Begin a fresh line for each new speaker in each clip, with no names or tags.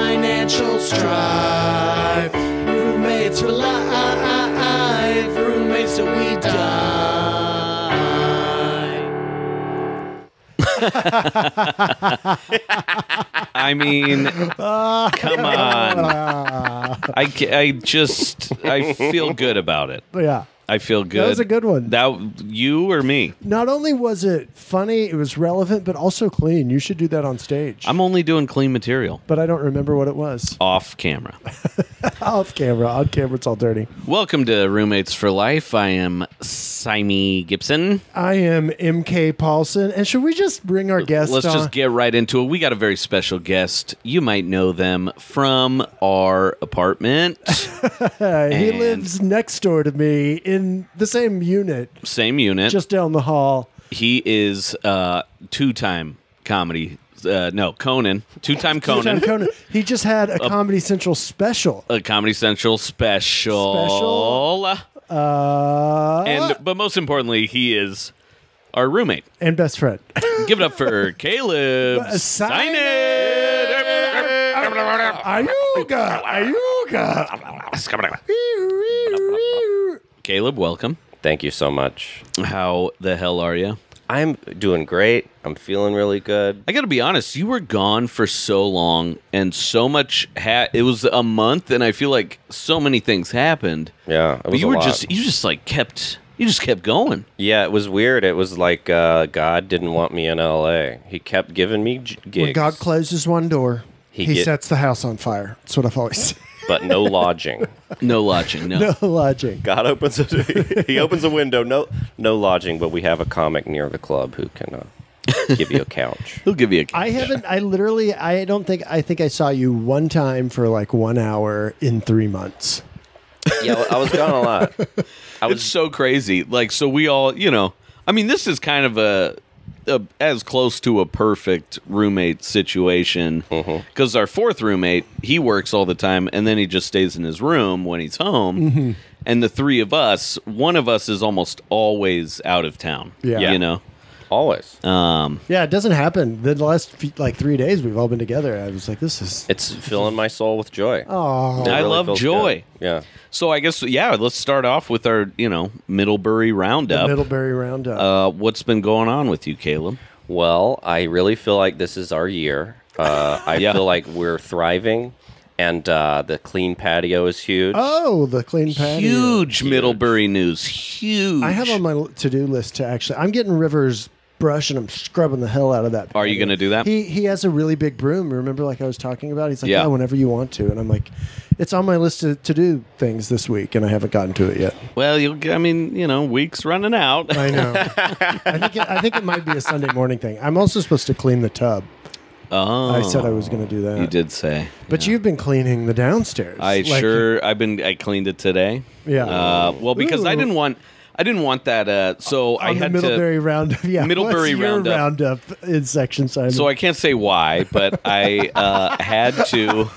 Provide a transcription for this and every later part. social strife. Roommates for life. Roommates till we die.
I mean, come on. I, ca- I just, I feel good about it.
yeah.
I feel good.
was a good one.
That You or me?
Not only was it funny, it was relevant, but also clean. You should do that on stage.
I'm only doing clean material
but I don't remember what it was.
off camera.
Off camera. On camera, it's all dirty.
Welcome to Roommates for Life. I am Simon Gibson.
I am MK Paulson. And should we just bring our guest
Let's
on?
just get right into it. We got a very special guest. You might know them from our apartment.
Uh, he
and-
lives next door to me in the same unit,
Same unit.
just down the hall.
he is uh, two-time comedy. Uh, no, Conan. Two-time Conan.
John Conan. He just had a Comedy Central special.
a Comedy Central special.
Uh,
And but most importantly, he is our roommate.
and best friend.
Give it up for Caleb. Uh, Sign it.
Ayuga! Ayuga!
Caleb, welcome.
Thank you so much.
How the hell are you?
I'm doing great. I'm feeling really good.
I got to be honest, you were gone for so long and so much ha- it was a month and I feel like so many things happened.
Yeah, it
But
was
you
a
were
lot.
just you just like kept you just kept going.
Yeah, it was weird. It was like uh, God didn't want me in L.A. He kept giving me j- gigs,
When God closes one door, he,
He get-
sets the house on fire. That's what I've always said.
but no lodging.
No lodging, no.
Lodging.
God opens a he opens a window. No, no lodging. But we have a comic near the club who can uh, give you a couch.
He'll give you a
I haven't. I literally. I don't think. I think I saw you one time for like one hour in three months.
Yeah, I was gone a lot. I
It's
was
so crazy. Like so we all, you know, I mean this is kind of a, a as close to a perfect roommate situation because our fourth roommate he works all the time and then he just stays in his room when he's home and the three of us one of us is almost always out of town
Yeah.
you know
always.
um
Yeah, it doesn't happen. The last few, like three days we've all been together. I was like, this is.
It's filling my soul with joy.
Oh,
It
I
really
love
feels
joy.
good. Yeah.
so i guess yeah let's start off with our you know middlebury roundup
Middlebury Roundup.
uh what's been going on with you caleb
Well, I really feel like this is our year. Uh, I
Yeah.
feel like we're thriving, and uh, the clean patio is huge.
oh, the clean patio.
huge middlebury news huge
I have on my to do list to actually. I'm getting Rivers brush and I'm scrubbing the hell out of that.
Are you
patio.
gonna do that?
He he has a really big broom. Remember, like I was talking about. He's like, yeah,
Yeah.
whenever you want to. And I'm like, it's on my list to, to do things this week, and I haven't gotten to it yet.
Well, you'll. g- I mean, you know, weeks running out.
I know. I think it, I think it might be a Sunday morning thing. I'm also supposed to clean the tub.
Oh,
I said I was going to do that.
You did say.
But you've been cleaning the downstairs.
I
Like,
sure. I've been. I cleaned it today.
Yeah.
Uh, well, because I
Ooh.
didn't want. I didn't want that. Uh, so I
On the
had to.
Middlebury Roundup. Yeah.
Middlebury
what's your
Roundup.
roundup in section Simon?
So I can't say why, but I uh, had to.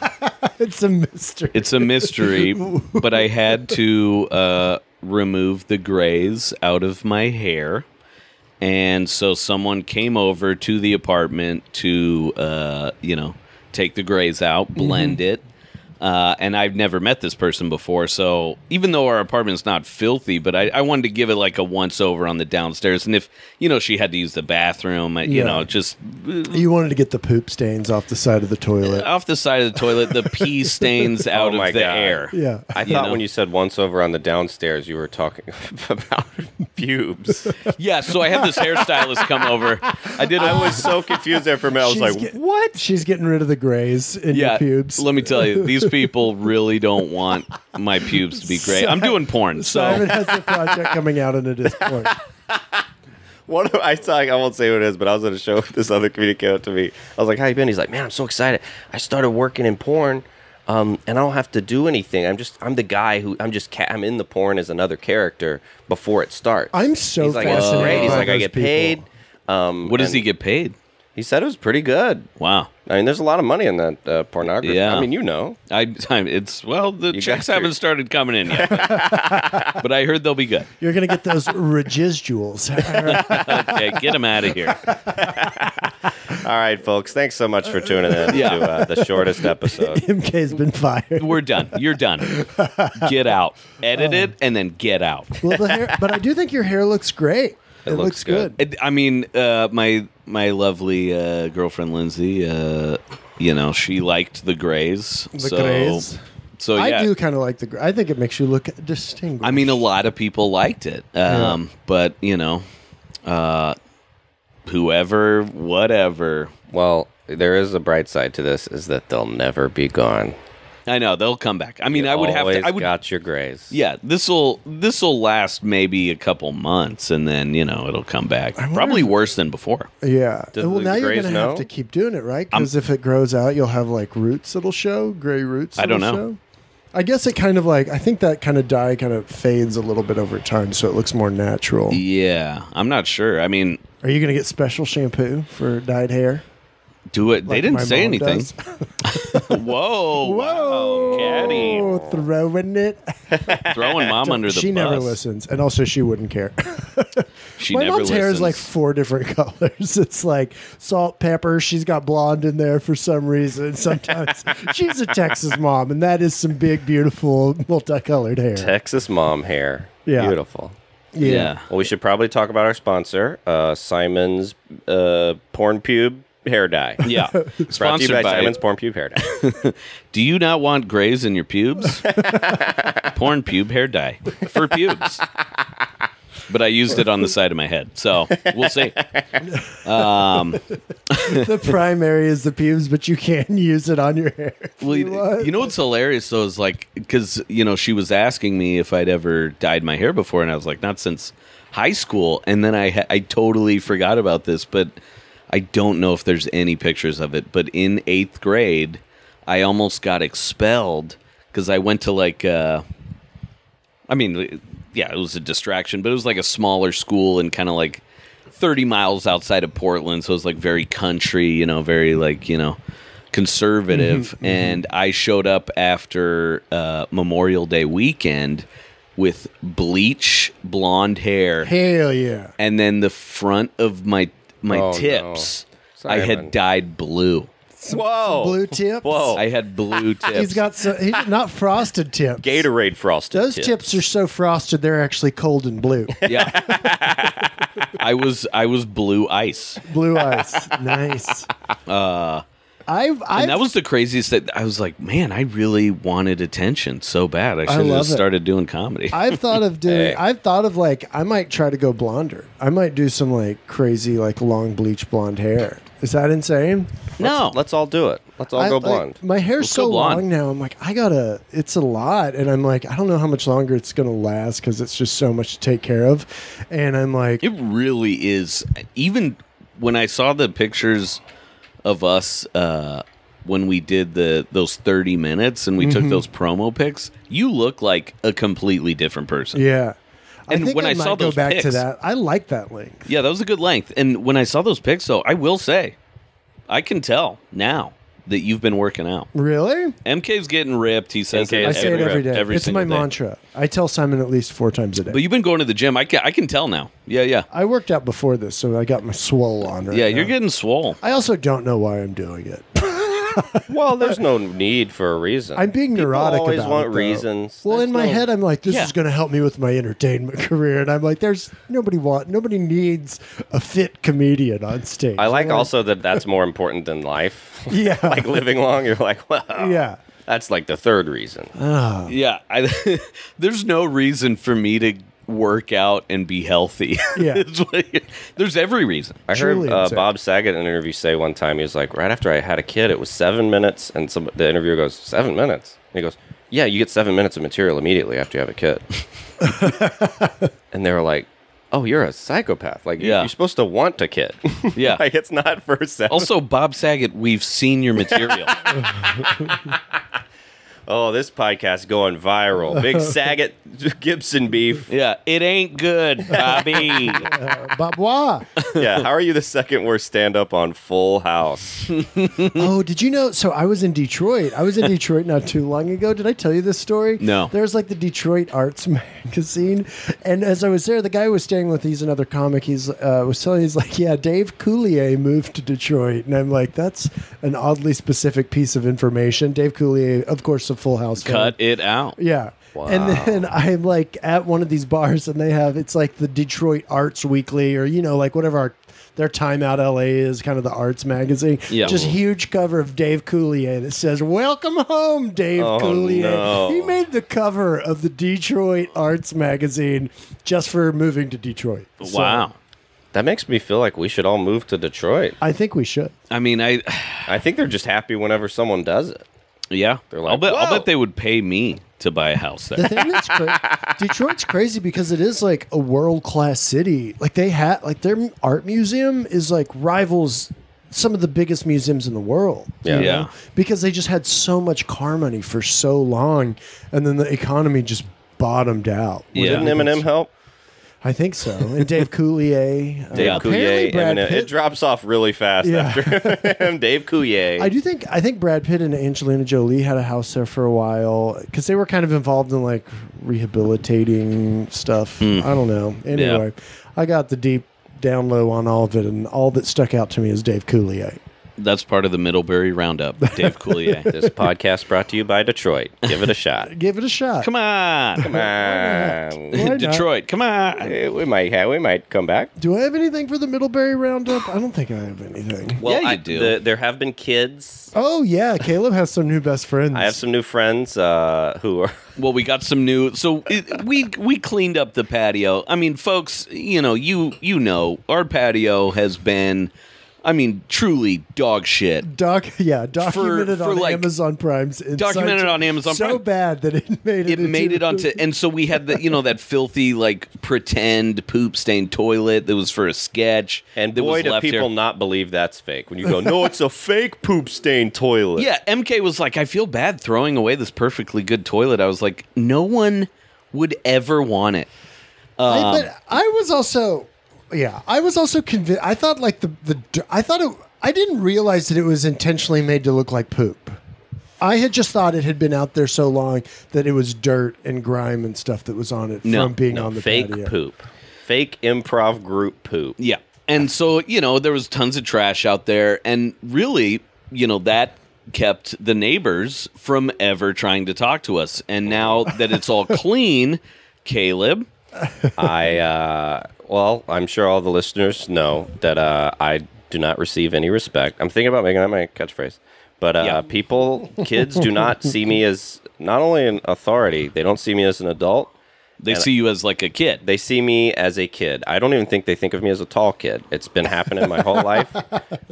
it's a mystery.
It's a mystery, but I had to uh, remove the grays out of my hair. And so someone came over to the apartment to, uh, you know, take the grays out, blend it. Uh, and I've never met this person before. So even though our apartment's not filthy, but I, I wanted to give it like a once over on the downstairs. And if, you know, she had to use the bathroom, I,
Yeah.
you know, just uh,
You wanted to get the poop stains off the side of the toilet.
off the side of the toilet, the pee stains out
my
of the
God.
air.
yeah.
I
You
thought
know.
when you said once over on the downstairs, you were talking about pubes.
Yeah, so I had this hairstylist come over. I did.
I was so confused there for a minute. I was
She's
like,
get- She's getting rid of the grays in
yeah,
your pubes.
Let me tell you, these people really don't want my pubes to be gray. I'm doing porn,
Simon
so
has a project coming out and it is porn.
One of, I saw, I won't say who it is, but I was at a show with this other comedian came up to me. I was like, "How you been?" He's like, "Man, I'm so excited. I started working in porn, um, and I don't have to do anything. I'm just, I'm the guy who, I'm just, ca- I'm in the porn as another character before it starts.
I'm so
He's like, "That's
fascinated
great." He's
by
like, "I
those
get
people.
paid." Um,
what does
and
he get paid?
He said it was pretty good.
Wow,
I mean, there's a lot of money in that uh, pornography.
Yeah.
I mean, you know,
I, I it's well, the
You
checks
got your-
haven't started coming in yet, but I heard they'll be good.
You're going to get those residuals.
Okay, get them out of here.
All right, folks. Thanks so much for tuning in
Yeah.
to uh, the shortest episode.
MK's been fired.
We're done. You're done. Get out. Edit it and then get out.
Well, the hair, but I do think your hair looks great. It, looks, good.
It- I mean, uh, my my lovely uh, girlfriend Lindsay, uh, you know, she liked the grays.
The
so,
grays.
So yeah,
I do kind of like the. gr- I think it makes you look distinguished.
I mean, a lot of people liked it, um, but you know, uh, whoever, whatever.
Well, there is a bright side to this: is that they'll never be gone.
I know they'll come back. I mean, I would have
Always
to. I would.
got your grays.
yeah, this will this will last maybe a couple months, and then you know it'll come back. Probably worse than before.
yeah.
Does
well,
the
now you're
grays
gonna
know?
have to keep doing it, right? Because if it grows out, you'll have like roots. It'll show gray roots.
I don't
that'll
know.
Show. I guess it kind of like I think that kind of dye kind of fades a little bit over time, so it looks more natural.
E Yeah, I'm not sure. I mean,
Are you gonna get special shampoo for dyed hair?
do it. they
like
didn't
my
say
mom
anything.
does?
Whoa! Whoa! Caddy
Oh, throwing it.
throwing mom under the
she
bus.
never listens, and also she wouldn't care.
She
My
never
mom's hair is like
listens.
four different colors. It's like salt, pepper. She's got blonde in there for some reason. Sometimes she's a Texas mom, and that is some big, beautiful, multicolored hair.
Texas mom hair.
Yeah.
Beautiful.
yeah.
yeah.
Well, we should probably talk about our sponsor, uh, Simon's uh, Porn Pube Hair Dye.
Yeah.
Brought to you
Sponsored
by,
by,
Simon's Porn Pube Hair Dye.
Do you not want grays in your pubes? Porn pube hair dye for pubes. But I used it on the side of my head. So we'll see.
The primary is the pubes, but you can use it on your hair. if
Well,
you want.
you, know what's hilarious though is like because you know she was asking me if I'd ever dyed my hair before, and I was like, not since high school. And then I ha- I totally forgot about this, but I don't know if there's any pictures of it. But in eighth grade, I almost got expelled because I went to like. Uh, I mean, yeah, it was a distraction, but it was like a smaller school and kind of like 30 miles outside of Portland. So it was like very country, you know, very like, you know, conservative. And I showed up after uh, Memorial Day weekend with bleach blonde hair.
Hell yeah.
And then the front of my my
Oh, no.
tips, I
Simon.
had dyed blue. Oh,
Whoa.
Blue tips.
Whoa.
I had blue tips.
He's got so, he's not frosted tips.
Gatorade frosted.
Those tips are so frosted, they're actually cold and blue.
yeah. I was I was blue ice.
Blue ice. Nice. Uh, I've, I've
and that was the craziest that I was like, man, I really wanted attention so bad. I should have
love
just
it.
started doing comedy.
I've thought of doing.
Hey.
I've thought of like I might try to go blonder. I might do some like crazy like long bleach blonde hair. Is that insane?
no,
Let's all do it. Let's all
I-
go
like,
blonde.
my hair's
Let's go
so
blonde.
long now. I'm like I gotta. It's a lot, and I'm like I don't know how much longer it's gonna last because it's just so much to take care of. And I'm like,
it really is. Even when I saw the pictures of us uh, when we did the those thirty minutes and we
Mm-hmm.
took those promo pics, you look like a completely different person.
yeah.
And
I think
when I
might
saw
go
those
back to
pics-
that, I like that length.
Yeah, that was a good length. And when I saw those pics, though, I will say, I can tell now that you've been working out.
Really?
MK's getting ripped. He says,
MK
it
is
I say it
Every-
every day.
every
it's
single
my
day.
mantra. I tell Simon at least four times a day.
But you've been going to the gym. I can, I can tell now. Yeah, yeah.
I worked out before this, so I got my swole on. Right
Yeah, you're
now.
getting swole.
I also don't know why I'm doing it.
Well, there's no need for a reason.
I'm being
People
neurotic.
always
about
want
it, though.
reasons.
Well,
There's
in my
no-
head, I'm like, this
Yeah.
is going to help me with my entertainment career, and I'm like, there's nobody want, nobody needs a fit comedian on stage.
I like also that that's more important than life.
Yeah.
like living long, you're like, wow.
Yeah.
That's like the third reason.
Yeah, I, there's no reason for me to work out and be healthy.
Yeah.
It's like- there's every reason.
I heard
truly
uh,
insane.
Bob Saget in an interview say one time he was like, right after I had a kid, it was seven minutes, and some the interviewer goes, seven minutes, and he goes, yeah, you get seven minutes of material immediately after you have a kid, and they were like. Oh, you're a psychopath. Like, you-
Yeah.
you're supposed to want a kid.
Yeah.
like, it's not for seven.
Also, Bob Saget, we've seen your material.
Oh, this podcast going viral. Big Saget Gibson beef.
Yeah, it ain't good, Bobby.
Babwa.
Yeah, how are you the second worst stand up on Full House?
oh, did you know? So I was in Detroit. I was in Detroit not too long ago. Did I tell you this story?
No.
There's like the Detroit Arts Magazine, and as I was there, the guy I was staying with, he's another comic. He's uh, was telling, he's like, yeah, Dave Coulier moved to Detroit, and I'm like, that's an oddly specific piece of information. Dave Coulier, of course, a Full House. fan.
Cut it out.
Yeah. And then I'm like at one of these bars and they have it's like the Detroit Arts Weekly or you know like whatever our, their Time Out LA is kind of the arts magazine.
Yeah.
Just huge cover of Dave Coulier that says "Welcome home, Dave
Oh,
Coulier."
no.
He made the cover of the Detroit Arts magazine just for moving to Detroit. So
Wow.
That makes me feel like we should all move to Detroit.
I think we should.
I mean, I
I think they're just happy whenever someone does it.
yeah.
They're like,
I'll bet I'll
"Whoa."
bet they would pay me to buy a house
The
there.
thing that's cra- Detroit's crazy because it is like a world class city. Like they had like their m- art museum is like rivals some of the biggest museums in the world. you
Yeah.
know?
Yeah.
Because they just had so much car money for so long, and then the economy just bottomed out.
Yeah.
Didn't Eminem help?
I think so. And Dave Coulier. uh,
Dave
Yeah.
apparently
Coulier,
Brad
Eminem.
Pitt-
It drops off really fast
Yeah.
after him. Dave Coulier.
I do think I think Brad Pitt and Angelina Jolie had a house there for a while because they were kind of involved in like rehabilitating stuff.
Hmm.
I don't know. Anyway, I got the deep down low on all of it, and all that stuck out to me is Dave Coulier.
That's part of the Middlebury Roundup. Dave Coulier.
this podcast brought to you by Detroit. Give it a shot.
Give it a shot.
Come on,
Man,
Why not?
Detroit. Come on.
eh, we might have, we might come back.
Do I have anything for the Middlebury Roundup? I don't think I have anything.
Yeah, you
I,
do.
the- there have been kids.
Oh yeah, Caleb has some new best friends.
I have some new friends uh, who are
Well, we got some new. So it, we we cleaned up the patio. I mean, folks, you know, you you know, our patio has been, I mean, truly dog shit.
Doc, yeah, documented
for,
on
like-
Amazon Prime's. Insight.
Documented on Amazon
so
Prime.
bad that it made
It
it.
made
into-
it onto, and so we had the you know that filthy like pretend poop stained toilet that was for a sketch,
And
that
boy,
was
do
left
people
here.
not believe that's fake. When you go, no, it's a fake poop stained toilet.
Yeah, MK was like, I feel bad throwing away this perfectly good toilet. I was like, no one would ever want it.
Um,
I, but I was also, yeah, I was also convinced. I thought like the the d- I thought it. I didn't realize that it was intentionally made to look like poop. I had just thought it had been out there so long that it was dirt and grime and stuff that was on it
No,
from being
No,
on the
fake
patio.
poop. Fake improv group poop.
Yeah. And so, you know, there was tons of trash out there and really, you know, that kept the neighbors from ever trying to talk to us. And now that it's all clean, Caleb,
I, uh, well, I'm sure all the listeners know that uh, I do not receive any respect. I'm thinking about making that my catchphrase. But uh,
Yeah.
people, kids do not see me as not only an authority, they don't see me as an adult.
they see you as like a kid.
They see me as a kid. I don't even think they think of me as a tall kid. It's been happening my whole life.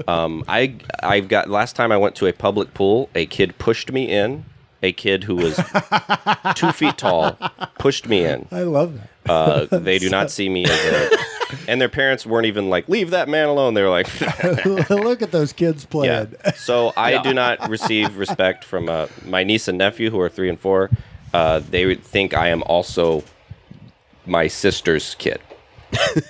Um, I I've got last time I went to a public pool, a kid pushed me in. A kid who was two feet tall pushed me in.
I love that.
Uh, they do not see me as a, and their parents weren't even like, leave that man alone. They were like,
Look at those kids
yeah.
playing.
So I do not receive respect from uh, my niece and nephew who are three and four. Uh, they would think I am also my sister's kid.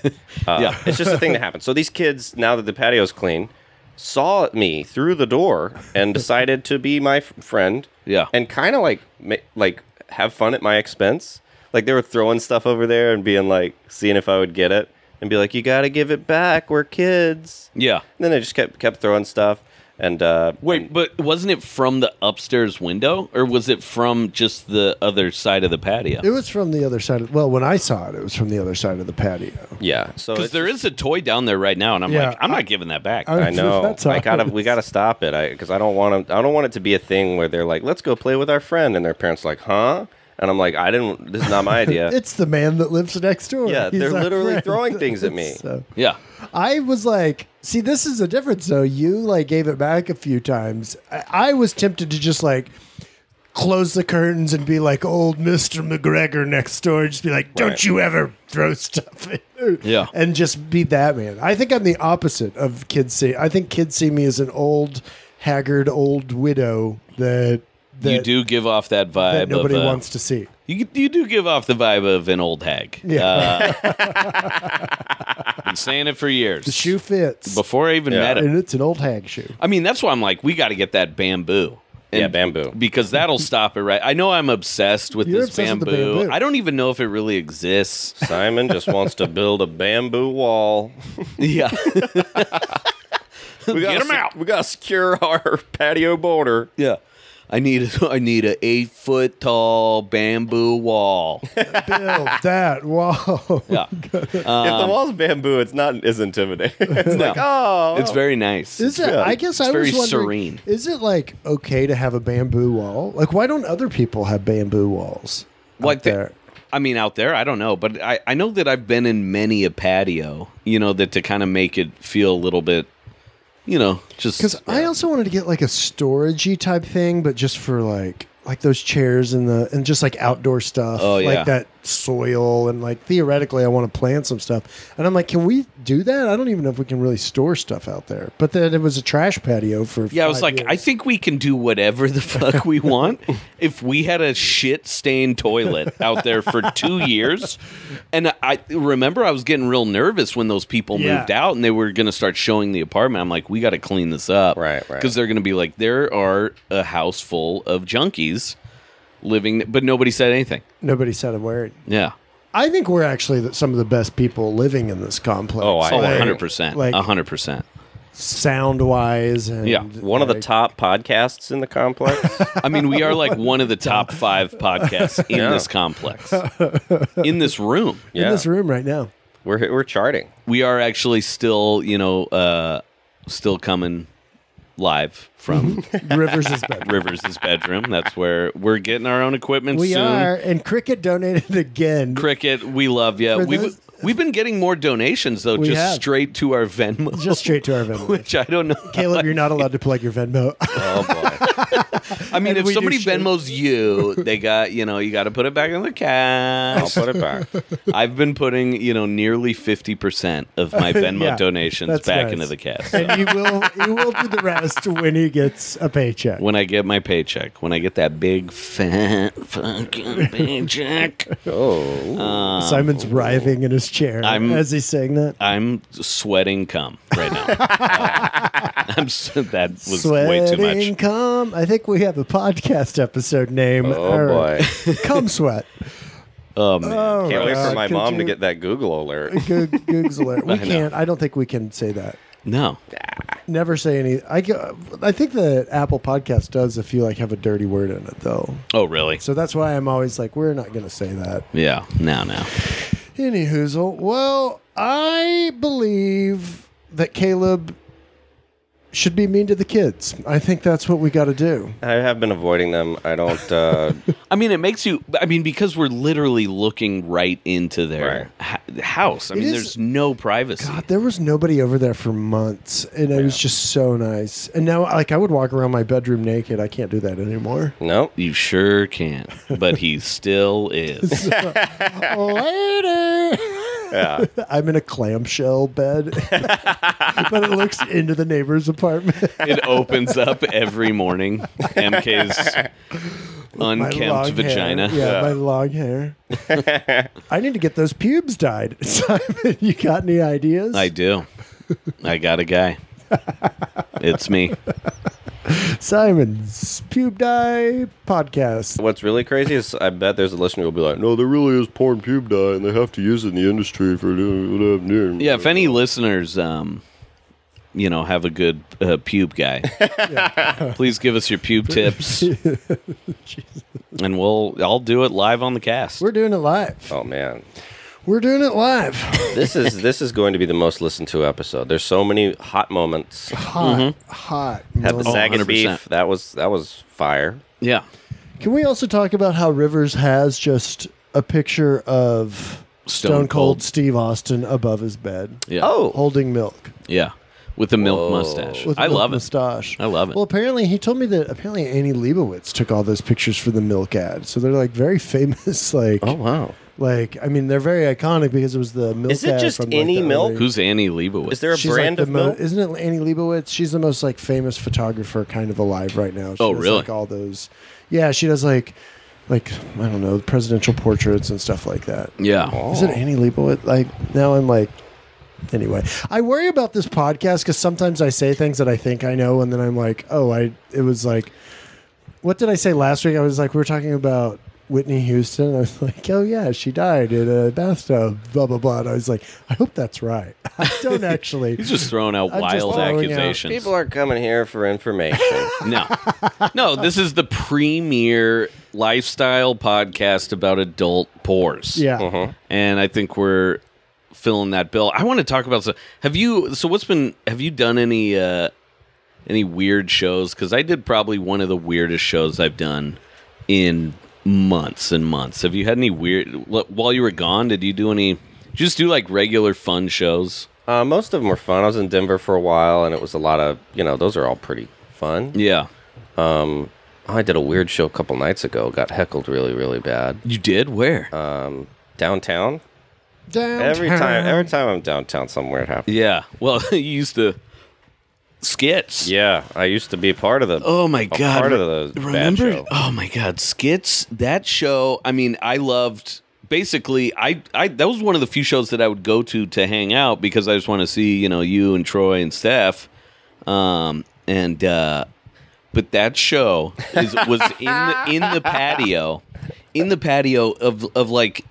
Uh,
yeah.
It's just a thing that happens. So these kids, now that the patio's clean, saw me through the door and decided to be my f- friend.
Yeah.
and kind of like ma- like have fun at my expense. Like they were throwing stuff over there and being like, seeing if I would get it, and be like, "You got to give it back. We're kids."
Yeah.
And then they just kept kept throwing stuff. And uh,
Wait, but wasn't it from the upstairs window or was it from just the other side of the patio?
It was from the other side. Of, well, when I saw it, it was from the other side of the patio.
yeah, so
Because
it's
there is a toy down there right now, and I'm
Yeah,
like, I'm
I-
not giving that back.
I-
I know.
That's
I gotta.
ours.
We gotta stop it. I because I don't want to. I don't want it to be a thing where they're like, "Let's go play with our friend," and their parents are like, "Huh?" And I'm like, "I didn't. This is not my idea."
It's the man that lives next door.
Yeah,
He's
they're
our
literally
friend.
throwing things at me.
So-
yeah.
I was like, see, this is a difference though. You like gave it back a few times. I, I was tempted to just like close the curtains and be like old Mr. McGregor next door and just be like, don't
Right.
you ever throw stuff at her.
Yeah.
And just be that man. I think I'm the opposite of kids see. I think kids see me as an old, haggard old widow that that,
you do give off that vibe.
that nobody
of, uh,
wants to see.
You you do give off the vibe of an old hag.
Yeah.
Uh, been saying it for years.
The shoe fits,
before I even
Yeah.
met him.
and it's an old hag shoe.
I mean, that's why I'm like, we got to get that bamboo.
Yeah, bamboo.
Because that'll stop it, right? I know I'm obsessed with
You're
this
obsessed with the
bamboo.
bamboo.
I don't even know if it really exists.
Simon just wants to build a bamboo wall.
yeah.
We
Get
gotta
'em out.
We got to secure our patio border.
yeah. I need I need a eight foot tall bamboo wall.
Oh, Build that wall.
Yeah,
if the wall's bamboo, it's not as intimidating. it's
Um, No.
like, oh,
it's very nice.
Is it?
Yeah.
I guess I
It's
was
very
wondering.
serene.
Is it like okay to have a bamboo wall? Like, why don't other people have bamboo walls? out
like the-
there?
I mean, out there, I don't know, but I, I know that I've been in many a patio, you know, that to kind of make it feel a little bit, you know, just
Because I also wanted to get like a storagey type thing, but just for like like those chairs and the and just like outdoor stuff,
Oh, yeah.
like that soil and like theoretically, I want to plant some stuff. And I'm like, can we do that? I don't even know if we can really store stuff out there. But then it was a trash patio for
Yeah, I was
five
like, I
years.
think we can do whatever the fuck we want. if we had a shit stained toilet out there for two years, and I remember I was getting real nervous when those people
Yeah.
moved out and they were going to start showing the apartment. I'm like, we got to clean this up,
Right, right.
Because they're going to be like, there are a house full of junkies living, but nobody said anything.
nobody said a word.
Yeah,
I think we're actually the, some of the best people living in this complex.
Oh, I-
oh,
Like-
100 percent,
like-
100 percent.
sound wise and
Yeah,
one of the
like,
top podcasts in the complex.
I mean, we are like one of the top five podcasts in
Yeah.
this complex, in this room.
in
yeah,
this room right now.
we're we're charting.
we are actually still, you know, uh, still coming live from
Rivers is better.
Rivers' bedroom. That's where we're getting our own equipment
Mm-hmm. We
soon.
are, and Cricket donated again.
Cricket, we love you.
For
We've
those-
we've been getting more donations though,
We
just
have.
straight to our Venmo,
Just straight to our Venmo.
which I don't know.
Caleb, you're not allowed to plug your Venmo.
Oh boy.
I mean,
and
if
we do
somebody
shit.
Venmos you, they got you know you got to put it back in the
I'll
cash.
put it back.
I've been putting you know nearly fifty percent of my Venmo
Yeah,
donations
that's
back
nice.
into the cash.
and you will you will do the rest when he gets a paycheck.
when I get my paycheck, when I get that big fat fucking paycheck,
Oh.
Simon's writhing in his chair
I'm-
as he's saying that.
I'm sweating cum right now. Uh, I'm s- that was way too
Sweating
much.
cum. I think we have a podcast episode name.
Oh, boy.
Cum sweat.
Oh man,
Oh,
Can't wait
God.
for my
Could
mom to
you-
get that Google alert.
Goog- Goog's alert. We
I know.
can't. I don't think we can say that.
no,
Never say any. I, g- I think the Apple podcast does if you like have a dirty word in it though.
oh really?
So that's why I'm always like, we're not going to say that.
Yeah, no, no.
Any hoozle. Well, I believe that Caleb should be mean to the kids. I think that's what we got to do.
I have been avoiding them. I don't. Uh,
I mean, it makes you. I mean, because we're literally looking right into their ha- house. I mean,
is-
there's no privacy.
God, there was nobody over there for months, and it was just so nice. And now, like, I would walk around my bedroom naked. I can't do that anymore.
no.
You sure can't, but he still is.
Later.
Yeah.
I'm in a clamshell bed, but it looks into the neighbor's apartment.
it opens up every morning. MK's
My long
unkempt
hair.
vagina.
Yeah, my long hair. I need to get those pubes dyed. Simon, you got any ideas?
I do. I got a guy. It's me.
Simon's pube dye podcast.
What's really crazy is I bet there's a listener who'll be like, no, there really is porn pube dye, and they have to use it in the industry for whatever.
Yeah, if any listeners, um, you know, have a good uh, pube guy, please give us your pube tips, and we'll I'll do it live on the cast.
We're doing it live.
Oh man,
We're doing it live.
this is this is going to be the most listened to episode. There's so many hot moments.
Hot, hot.
Had the
moment.
Sagan
100%.
beef. That was that was fire.
yeah,
Can we also talk about how Rivers has just a picture of
Stone
Stone, Cold.
Cold.
Steve Austin above his bed,
yeah,
Oh,
holding milk?
yeah, with the milk
Whoa.
mustache.
with
I
milk
love it.
mustache.
I love it.
Well, apparently he told me that apparently Annie Leibovitz took all those pictures for the milk ad, so they're like very famous. Like
oh wow.
Like, I mean, they're very iconic because it was the milk.
Is it
ad
just
from,
any
like, the
milk?
early-
Who's Annie Leibovitz?
Is there a
She's
brand
like
of
the mo-
milk?
Isn't it Annie Leibovitz? She's the most like famous photographer kind of alive right now. She
Oh,
does,
really?
Like all those, yeah. She does like, like I don't know, presidential portraits and stuff like that.
yeah.
Oh.
Is it Annie Leibovitz? Like now I'm like, anyway, I worry about this podcast because sometimes I say things that I think I know, and then I'm like, oh, I it was like, what did I say last week? I was like, we were talking about. Whitney Houston. I was like, oh yeah, she died in a bathtub. Blah blah blah. And I was like, I hope that's right. I don't actually.
He's just throwing out
I'm just
wild
throwing out-
accusations.
People are coming here for information.
No. No, this is the premier lifestyle podcast about adult pores.
Yeah.
uh-huh.
And I think we're filling that bill. I want to talk about so have you so what's been have you done any uh any weird shows cuz I did probably one of the weirdest shows I've done in months and months. Have you had any weird wh- while you were gone did you do any did you just do like regular fun shows?
uh, most of them were fun. I was in Denver for a while, and it was a lot of you know. Those are all pretty fun.
Yeah.
I did a weird show a couple nights ago. Got heckled really, really bad
You did? Where?
downtown. Every time, every time I'm downtown somewhere, it happens.
yeah. Well, you used to skits.
Yeah, I used to be part of the.
Oh my
a
god!
Part of the bad
remember?
show.
Oh my god, skits that show. I mean, I loved. Basically, I, I that was one of the few shows that I would go to to hang out because I just want to see you know you and Troy and Steph, um and uh, but that show is, was in the, in the patio, in the patio of of like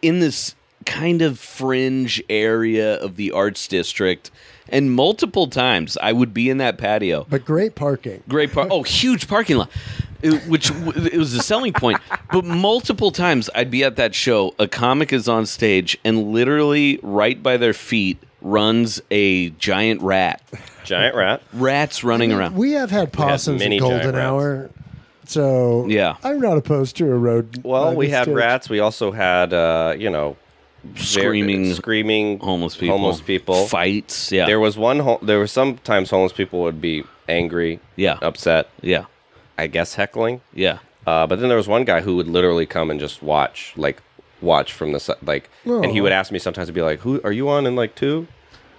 in this kind of fringe area of the arts district, and multiple times I would be in that patio
But great parking.
great park. Oh, huge parking lot, It- which w- it was a selling point. But multiple times I'd be at that show. A comic is on stage, and literally right by their feet runs a giant rat.
Giant rat.
Rats running around.
We have had possums in
many giant
golden
rats.
hour. So
Yeah.
I'm not opposed to a road.
Well,
uh,
we had
mistake.
rats. We also had, uh, you know, ver-
Screaming
screaming
homeless people.
Homeless people.
Fights. Yeah.
There was one. Ho- there were sometimes homeless people would be angry.
Yeah.
Upset.
yeah.
I guess heckling.
Yeah.
Uh, but then there was one guy who would literally come and just watch, like, watch from the si- like, and
Oh.
he would ask me sometimes to be like, "Who are you on in like two?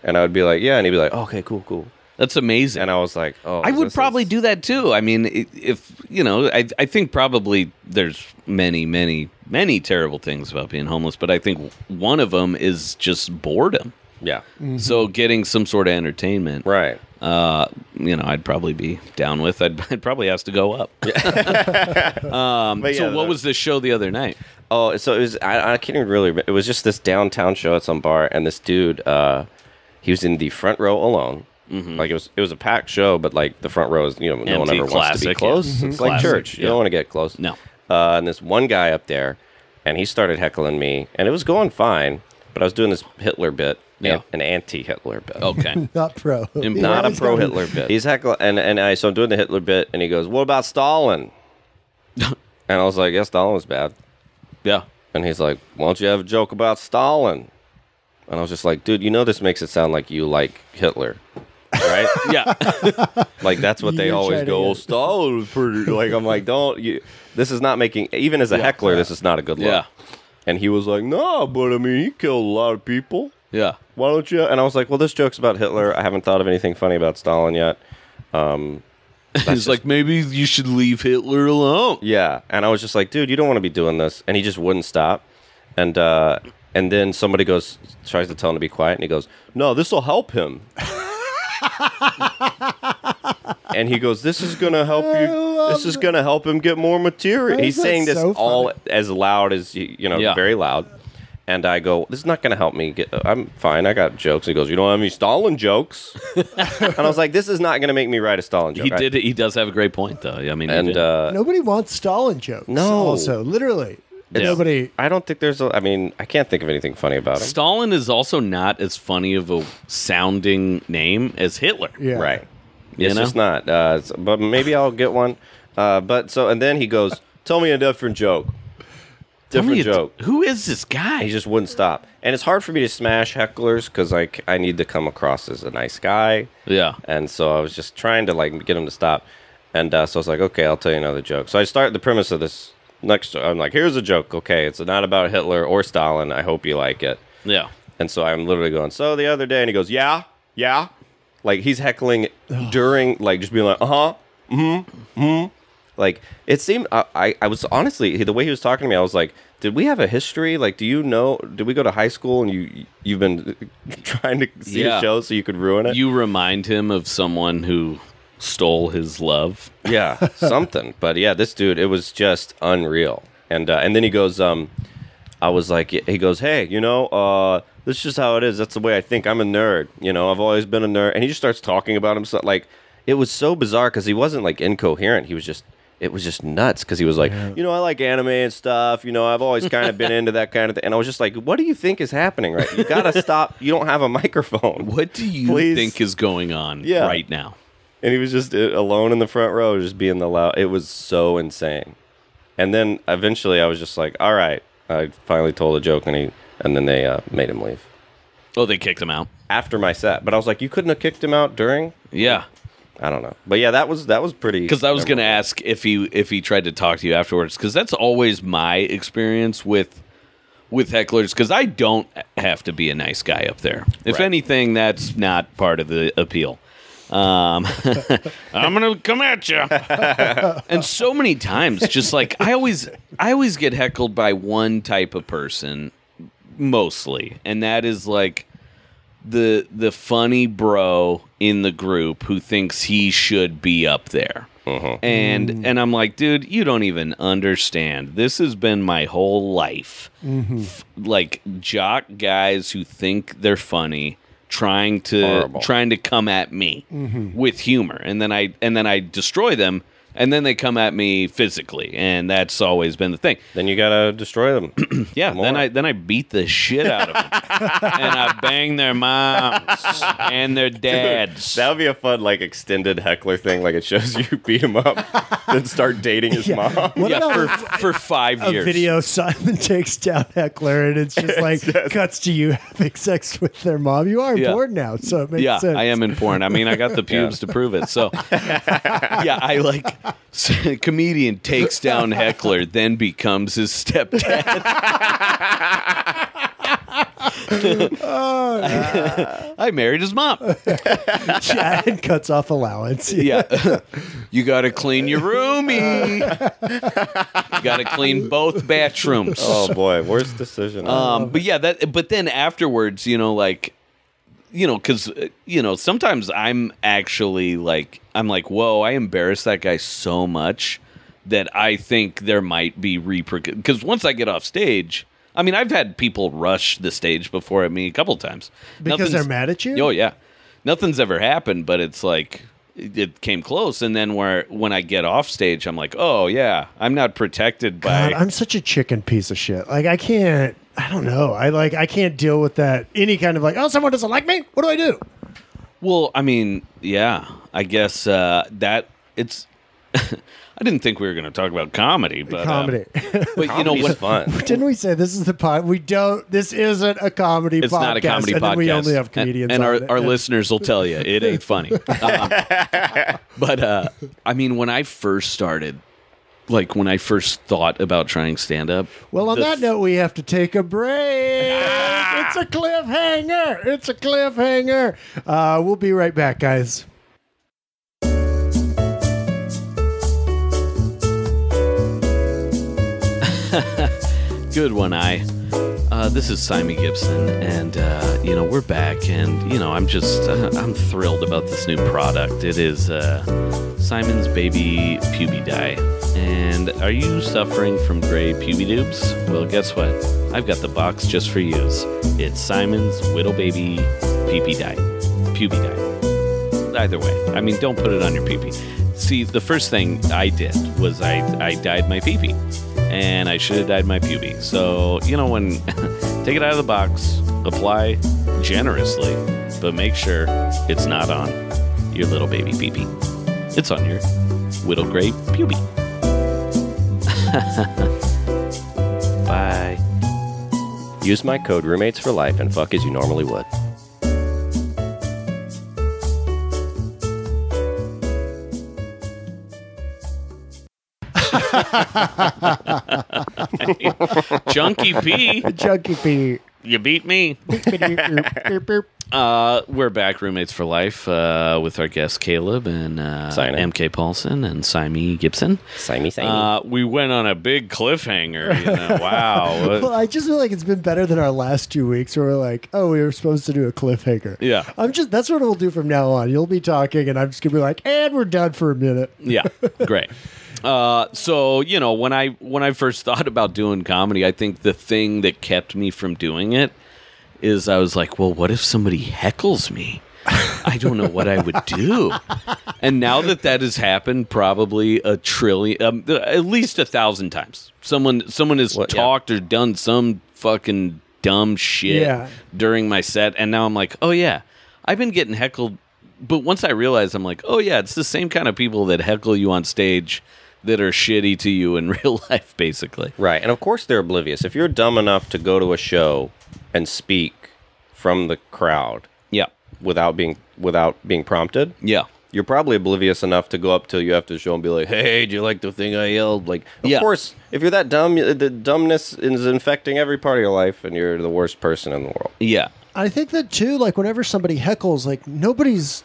And I would be like, "Yeah," and he'd be like, "Oh, "Okay, cool, cool."
That's amazing.
And I was like, "Oh,
I would
this
probably
is-
do that too. I mean, i- if you know, I I think probably there's many, many, many terrible things about being homeless, but I think one of them is just boredom.
Yeah,
So getting some sort of entertainment,
Mm-hmm. right.
uh, you know, I'd probably be down with. I'd, I'd probably ask to go up. um,
But
so,
yeah,
what
the-
was the show the other night?
Oh, so it was. I, I can't even really. remember. It was just this downtown show at some bar, and this dude, uh, he was in the front row alone. Like it was, it was a packed show, but like the front row is, you know, no one
Mm-hmm. Empty,
ever wants to be
classic,
close.
yeah. Mhm.
It's like
Classic,
church. You
yeah.
don't want to get close.
No.
Uh, and this one guy up there, and he started heckling me, and it was going fine, but I was doing this Hitler bit,
Yeah. Oh,
an- an anti-Hitler bit.
Okay,
Not pro.
Im-
Not a
He's gotta
pro
be-
Hitler bit. He's heckling, and, and I, so I'm doing the Hitler bit, and he goes, What about Stalin? and I was like, Yeah, Stalin was bad.
yeah,
And he's like, Why don't you have a joke about Stalin? And I was just like, Dude, you know, this makes it sound like you like Hitler, right?
yeah,
like, that's what they
You're
always
trying
go,
to
"Oh,
get-
Stalin was pretty. Like, I'm like, Don't you? This is not making, even as a heckler, this is not a good look.
Yeah.
And he was like, No, but I mean, he killed a lot of people.
yeah.
Why don't you? And I was like, Well, this joke's about Hitler. I haven't thought of anything funny about Stalin yet.
It's like maybe you should leave Hitler alone.
Yeah, and I was just like, dude, you don't want to be doing this, and he just wouldn't stop. And uh, and then somebody goes tries to tell him to be quiet, and he goes, no, this will help him. and he goes, this is gonna help you. This is gonna help him get more material.
Why
He's
is that
saying this
so funny?
all as loud as you you know,
Yeah.
very loud. And I go, this is not going to help me. Get, I'm fine. I got jokes. He goes, you don't have any Stalin jokes. and I was like, this is not going to make me write a Stalin joke.
He
I-
did. He does have a great point, though. I mean, he
And
did.
uh,
Nobody wants Stalin jokes.
No.
Also, literally.
Yeah.
Nobody.
I don't think there's a. I mean, I can't think of anything funny about him.
Stalin is also not as funny of a sounding name as Hitler.
Yeah.
Right.
You
it's
know?
just not. Uh, it's- but maybe I'll get one. Uh, but so and then he goes, "Tell me a different joke."
Tell me
Different
a-
joke.
Who is this
he
guy?
just wouldn't stop, and it's hard for me to smash hecklers because like I need to come across as a nice guy,
Yeah,
and so I was just trying to like get him to stop, and uh, so I was like, "Okay, I'll tell you another joke." So I start the premise of this next to I'm like, here's a joke. Okay, it's not about Hitler or Stalin. I hope you like it.
Yeah.
And so I'm literally going, so the other day, and he goes, yeah, yeah. Like he's heckling during, like just being like, uh huh, mm hmm, mm hmm. Like it seemed, I, I, I was honestly, the way he was talking to me, I was like, did we have a history? Like, do you know, did we go to high school and you, you've been trying to see
Yeah.
a show so you could ruin it?
You remind him of someone who stole his love.
yeah, something. But yeah, this dude, it was just unreal. And uh, and then he goes, um, I was like, he goes, hey, you know, uh, this is just how it is. That's the way I think. I'm a nerd. You know, I've always been a nerd. And he just starts talking about himself. Like, it was so bizarre because he wasn't like incoherent. He was just. It was just nuts because he was like, you know, I like anime and stuff. You know, I've always kind of been into that kind of thing. And I was just like, what do you think is happening right? You gotta stop. You don't have a microphone.
What do you
Please.
think is going on
Yeah.
right now?
and he was just uh, alone in the front row, just being the loud. It was so insane. And then eventually, I was just like, "All right." I finally told a joke, and he, and then they uh, made him leave
Oh, they kicked him out.
after my set. But I was like, "You couldn't have kicked him out during."
Yeah.
I don't know, but yeah, that was that was pretty.
Because I was going to
memorable.
ask if he if he tried to talk to you afterwards, because that's always my experience with with hecklers. Because I don't have to be a nice guy up there. If
Right.
anything, that's not part of the appeal. Um, I'm gonna come at you, and so many times, just like I always, I always get heckled by one type of person, mostly, and that is like the the funny bro in the group who thinks he should be up there. And and I'm like, dude, you don't even understand. This has been my whole life. F- like jock guys who think they're funny trying to
Horrible.
trying to come at me with humor. And then I and then I destroy them and then they come at me physically. And that's always been the thing.
Then you gotta destroy them.
Yeah,
More.
then I then I beat the shit out of them, and I bang their moms and their dads.
that would be a fun like extended heckler thing. Like it shows you beat him up, then start dating his mom.
yeah,
about
for for five
a
years.
video Simon takes down heckler and it's just like cuts to you having sex with their mom. You are
Yeah.
bored now, so it makes
yeah,
sense.
I am in porn. I mean, I got the pubes to prove it. So, yeah, I like comedian takes down heckler, then becomes his stepdad.
Oh,
I married his mom.
Chad cuts off allowance. Yeah.
Yeah. you got to clean your roomie. you got to clean both bathrooms.
Oh boy, worst decision.
Um, but yeah, that. But then afterwards, you know, like, you know, because you know, sometimes I'm actually like, I'm like, whoa, I embarrassed that guy so much that I think there might be repercussions. Because once I get off stage, I mean, I've had people rush the stage before at me a couple times
Because they're
Nothing's-
mad at you?
Oh yeah, nothing's ever happened, but it's like it it came close. And then where when I get off stage, I'm like, oh yeah, I'm not protected by.
God, I'm such a chicken piece of shit. Like I can't I don't know. I like I can't deal with that any kind of like, oh someone doesn't like me? What do I do?
Well, I mean, yeah, I guess uh, that it's. I didn't think we were going to talk about comedy, but um,
Comedy.
but you know
Comedy's
when
fun.
Didn't we say this is the pod? We don't. This isn't a comedy.
it's
podcast,
not a comedy
and
podcast,
then We only have
and-
comedians
and,
on
our
it.
our listeners will tell you it ain't funny. Um, but uh, I mean, when I first started, like when I first thought about trying stand up,
Well, on that note, we have to take a break. it's a cliffhanger. It's a cliffhanger. Uh, we'll be right back, guys.
Good one, I. Uh, this is Simon Gibson, and uh, you know we're back, and you know I'm just uh, I'm thrilled about this new product. It is uh, Simon's Baby Puby Dye. And are you suffering from gray puby dubes? Well, guess what? I've got the box just for you. It's Simon's Whittle Baby Peepee Dye, Puby Dye either way. I mean, don't put it on your pee pee. See, the first thing I did was I, I dyed my pee pee, and I should have dyed my pubie. So, you know, when take it out of the box, apply generously, but make sure it's not on your little baby pee pee. It's on your whittle gray pubie. Bye.
Use my code roommates for life and fuck as you normally would.
Junkie P,
Junkie feet.
you beat me. Uh, we're back, roommates for life, uh, with our guests Caleb and uh,
Simon.
MK Paulson and Simee Gibson.
Simey, Simey.
Uh, we went on a big cliffhanger. You know? wow. Uh, What-
Well, I just feel like it's been better than our last two weeks where we're like, oh, we were supposed to do a cliffhanger.
Yeah.
I'm just, that's what we'll do from now on. You'll be talking and I'm just going to be like, and we're done for a minute.
yeah great uh, so you know when i when i first thought about doing comedy i think the thing that kept me from doing it is i was like well what if somebody heckles me i don't know what i would do and now that that has happened probably a trillion um, th- at least a thousand times someone someone has
What- yeah.
talked or done some fucking dumb shit
Yeah.
during my set and now i'm like oh yeah i've been getting heckled but once i realized i'm like oh yeah it's the same kind of people that heckle you on stage that are shitty to you in real life basically
Right. And of course they're oblivious. If you're dumb enough to go to a show and speak from the crowd
yeah
without being without being prompted,
yeah
you're probably oblivious enough to go up till you after the show and be like, "Hey, do you like the thing I yelled?" Like, of
Yeah.
course, if you're that dumb, y- the dumbness is infecting every part of your life and you're the worst person in the world.
yeah
I think that too, like whenever somebody heckles, like nobody's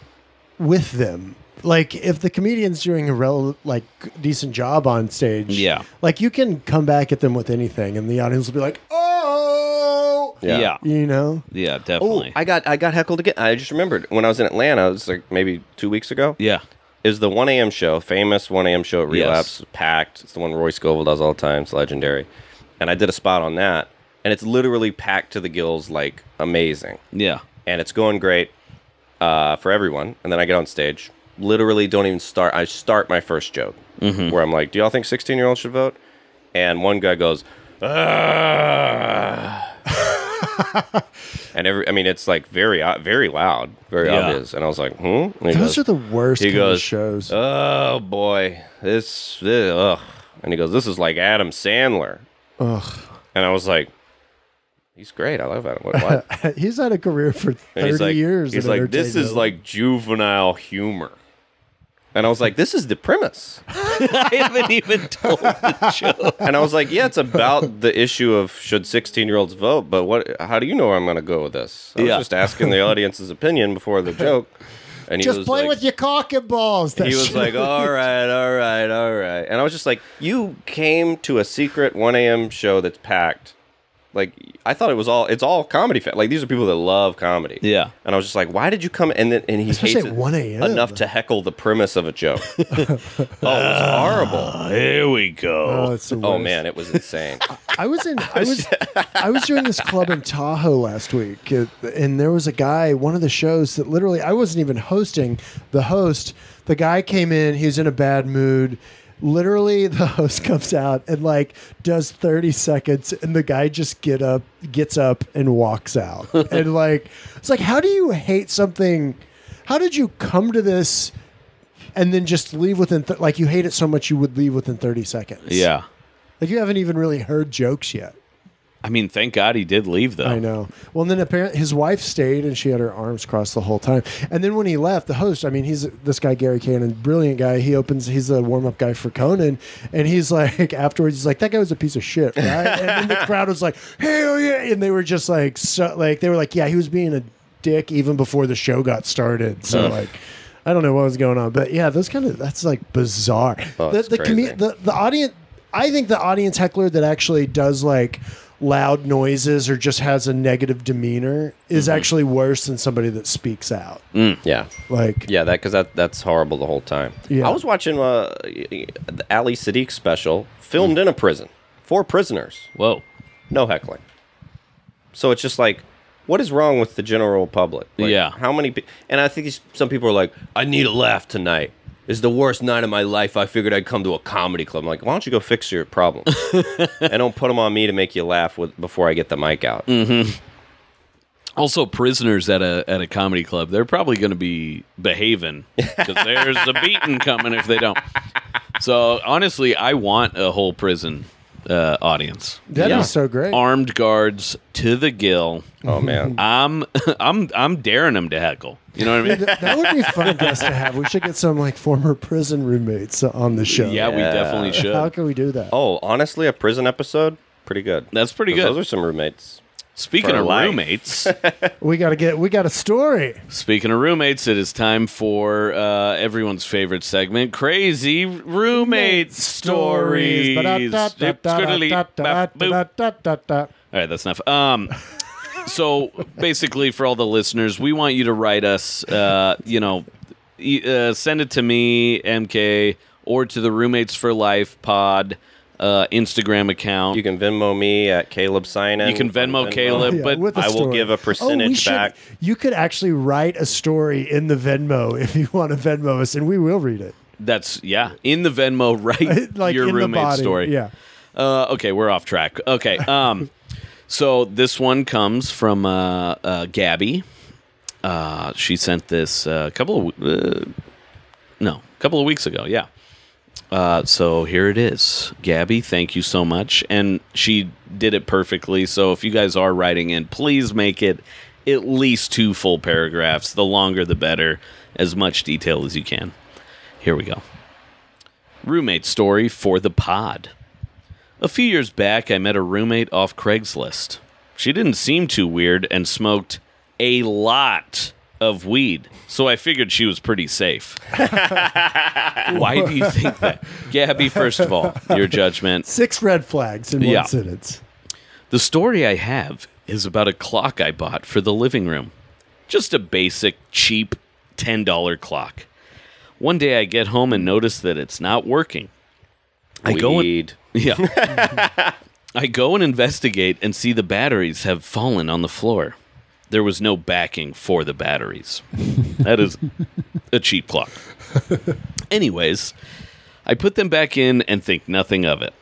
with them. Like if the comedian's doing a rel- like decent job on stage,
Yeah.
like you can come back at them with anything, and the audience will be like, "Oh,
yeah yeah,
you know,
Oh,
definitely
I got I got heckled again. I just remembered when I was in Atlanta, it was like maybe 2 weeks ago.
yeah
is the 1 a.m. show, famous 1 a.m. show at
Yes.
Relapse, packed. It's the one Roy Scoville does all the time. It's legendary. And I did a spot on that, and it's literally packed to the gills, like amazing.
yeah
And it's going great uh, for everyone. And then I get on stage, literally don't even start. I start my first joke where I'm like, Do y'all think 16 year olds should vote? And one guy goes, "Ah." and every, I mean, it's like very, o- very loud, very
Yeah.
obvious. And I was like, hmm? And he
those
goes,
are the worst
he
kind of
goes,
shows."
Oh boy, this, this ugh. And he goes, "This is like Adam Sandler."
Ugh.
And I was like, "He's great. I love Adam." What? what?
he's had a career for
And
thirty
he's like,
years.
He's
in
like, "This is
entertainment."
like juvenile humor." And I was like, "This is the premise."
i haven't even told the joke
And I was like, "Yeah, it's about the issue of should sixteen-year-olds vote, but what? How do you know where I'm going to go with this?" I was
Yeah.
just asking the audience's opinion before the joke. And he
just
was
play
like,
with your cock and balls. That
he was
shit.
like, all right, all right, all right. And I was just like, you came to a secret 1 a.m. show that's packed. Like, I thought it was all, it's all comedy. Fa- like, these are people that love comedy.
Yeah.
And I was just like, why did you come? And then, and he
Especially
hates
at
it
1 a.m..
enough to heckle the premise of a joke. oh, it was horrible.
here we go
"Oh, it's the
Oh,
worst.
man, it was insane.
I was in I was I was doing this club in Tahoe last week, uh, and there was a guy one of the shows that literally I wasn't even hosting. The host, the guy came in, he was in a bad mood. Literally, the host comes out and like does thirty seconds, and the guy just get up, gets up, and walks out. and like, it's like, how do you hate something? How did you come to this, and then just leave within th- like you hate it so much you would leave within thirty seconds?
yeah
Like you haven't even really heard jokes yet.
i mean thank god he did leave though
I know. Well, and then apparently his wife stayed and she had her arms crossed the whole time. And then when he left, the host, I mean, he's this guy, Gary Cannon, brilliant guy. He opens, he's the warm up guy for Conan. And he's like, afterwards, he's like, that guy was a piece of shit, right? and then the crowd was like, hell yeah. And they were just like, so, like, they were like, yeah, he was being a dick even before the show got started. So, like, I don't know what was going on. But yeah, those kind of, that's like bizarre.
Oh,
the,
it's
the,
crazy.
commu- the, the audience, I think the audience heckler that actually does like loud noises or just has a negative demeanor is
Mm-hmm.
actually worse than somebody that speaks out.
yeah.
Like,
Mm. Yeah, that because that that's horrible the whole time.
Yeah.
I was watching uh, the Ali Sadiq special filmed in a prison. Four prisoners.
whoa
no heckling. So it's just like, what is wrong with the general public? Like,
Yeah.
How many? Pe- and I think these- some people are like, I need a laugh tonight. It's the worst night of my life. I figured I'd come to a comedy club. I'm like, why don't you go fix your problem? and don't put them on me to make you laugh with, before I get the mic out.
Mm. Also, prisoners at a at a comedy club, they're probably going to be behaving because there's a beating coming if they don't. So honestly, I want a whole prison uh, audience.
That
Yeah.
was so great.
Armed guards to the gill.
Oh man,
I'm I'm I'm daring them to heckle. You know what I mean?
Th- that would be fun guest to have. We should get some like former prison roommates on the show.
yeah, we
Yeah.
definitely
How
should.
can we do that?
Oh, honestly, a prison episode, pretty good.
That's pretty
Those
good.
are some roommates.
Speaking
for
of
life.
roommates,
We got to get. We got a story.
speaking of roommates, it is time for uh, everyone's favorite segment, crazy roommate stories. All right, that's enough. Um, so basically, for all the listeners, we want you to write us. Uh, you know, e- uh, send it to me, MK, or to the Roommates for Life Pod uh, Instagram account.
You can Venmo me at Caleb Sinan.
You can Venmo Caleb.
Yeah,
but
with a
I will
story.
give a
Oh, we
percentage
should-
back.
You could actually write a story in the Venmo if you want to Venmo us, and we will read it.
That's yeah, in the Venmo, right?
like
your
in the
roommate
body.
story.
Yeah.
Uh, okay, we're off track. Okay. Um, so this one comes from uh, uh, Gabby. Uh, she sent this uh, a couple of w- uh, no, a couple of weeks ago. Yeah. Uh, so here it is, Gabby. Thank you so much, and she did it perfectly. So if you guys are writing in, please make it at least two full paragraphs. The longer, the better. As much detail as you can. Here we go. Roommate story for the pod. A few years back, I met a roommate off Craigslist. She didn't seem too weird and smoked a lot of weed, so I figured she was pretty safe. Why do you think that? Gabby, first of all, your judgment.
Six red flags in
Yeah.
one sentence.
The story I have is about a clock I bought for the living room. Just a basic, cheap $10 clock. One day I get home and notice that it's not working. I go and
Weed.
yeah. I go and investigate and see the batteries have fallen on the floor. There was no backing for the batteries. That is a cheap clock. Anyways, I put them back in and think nothing of it.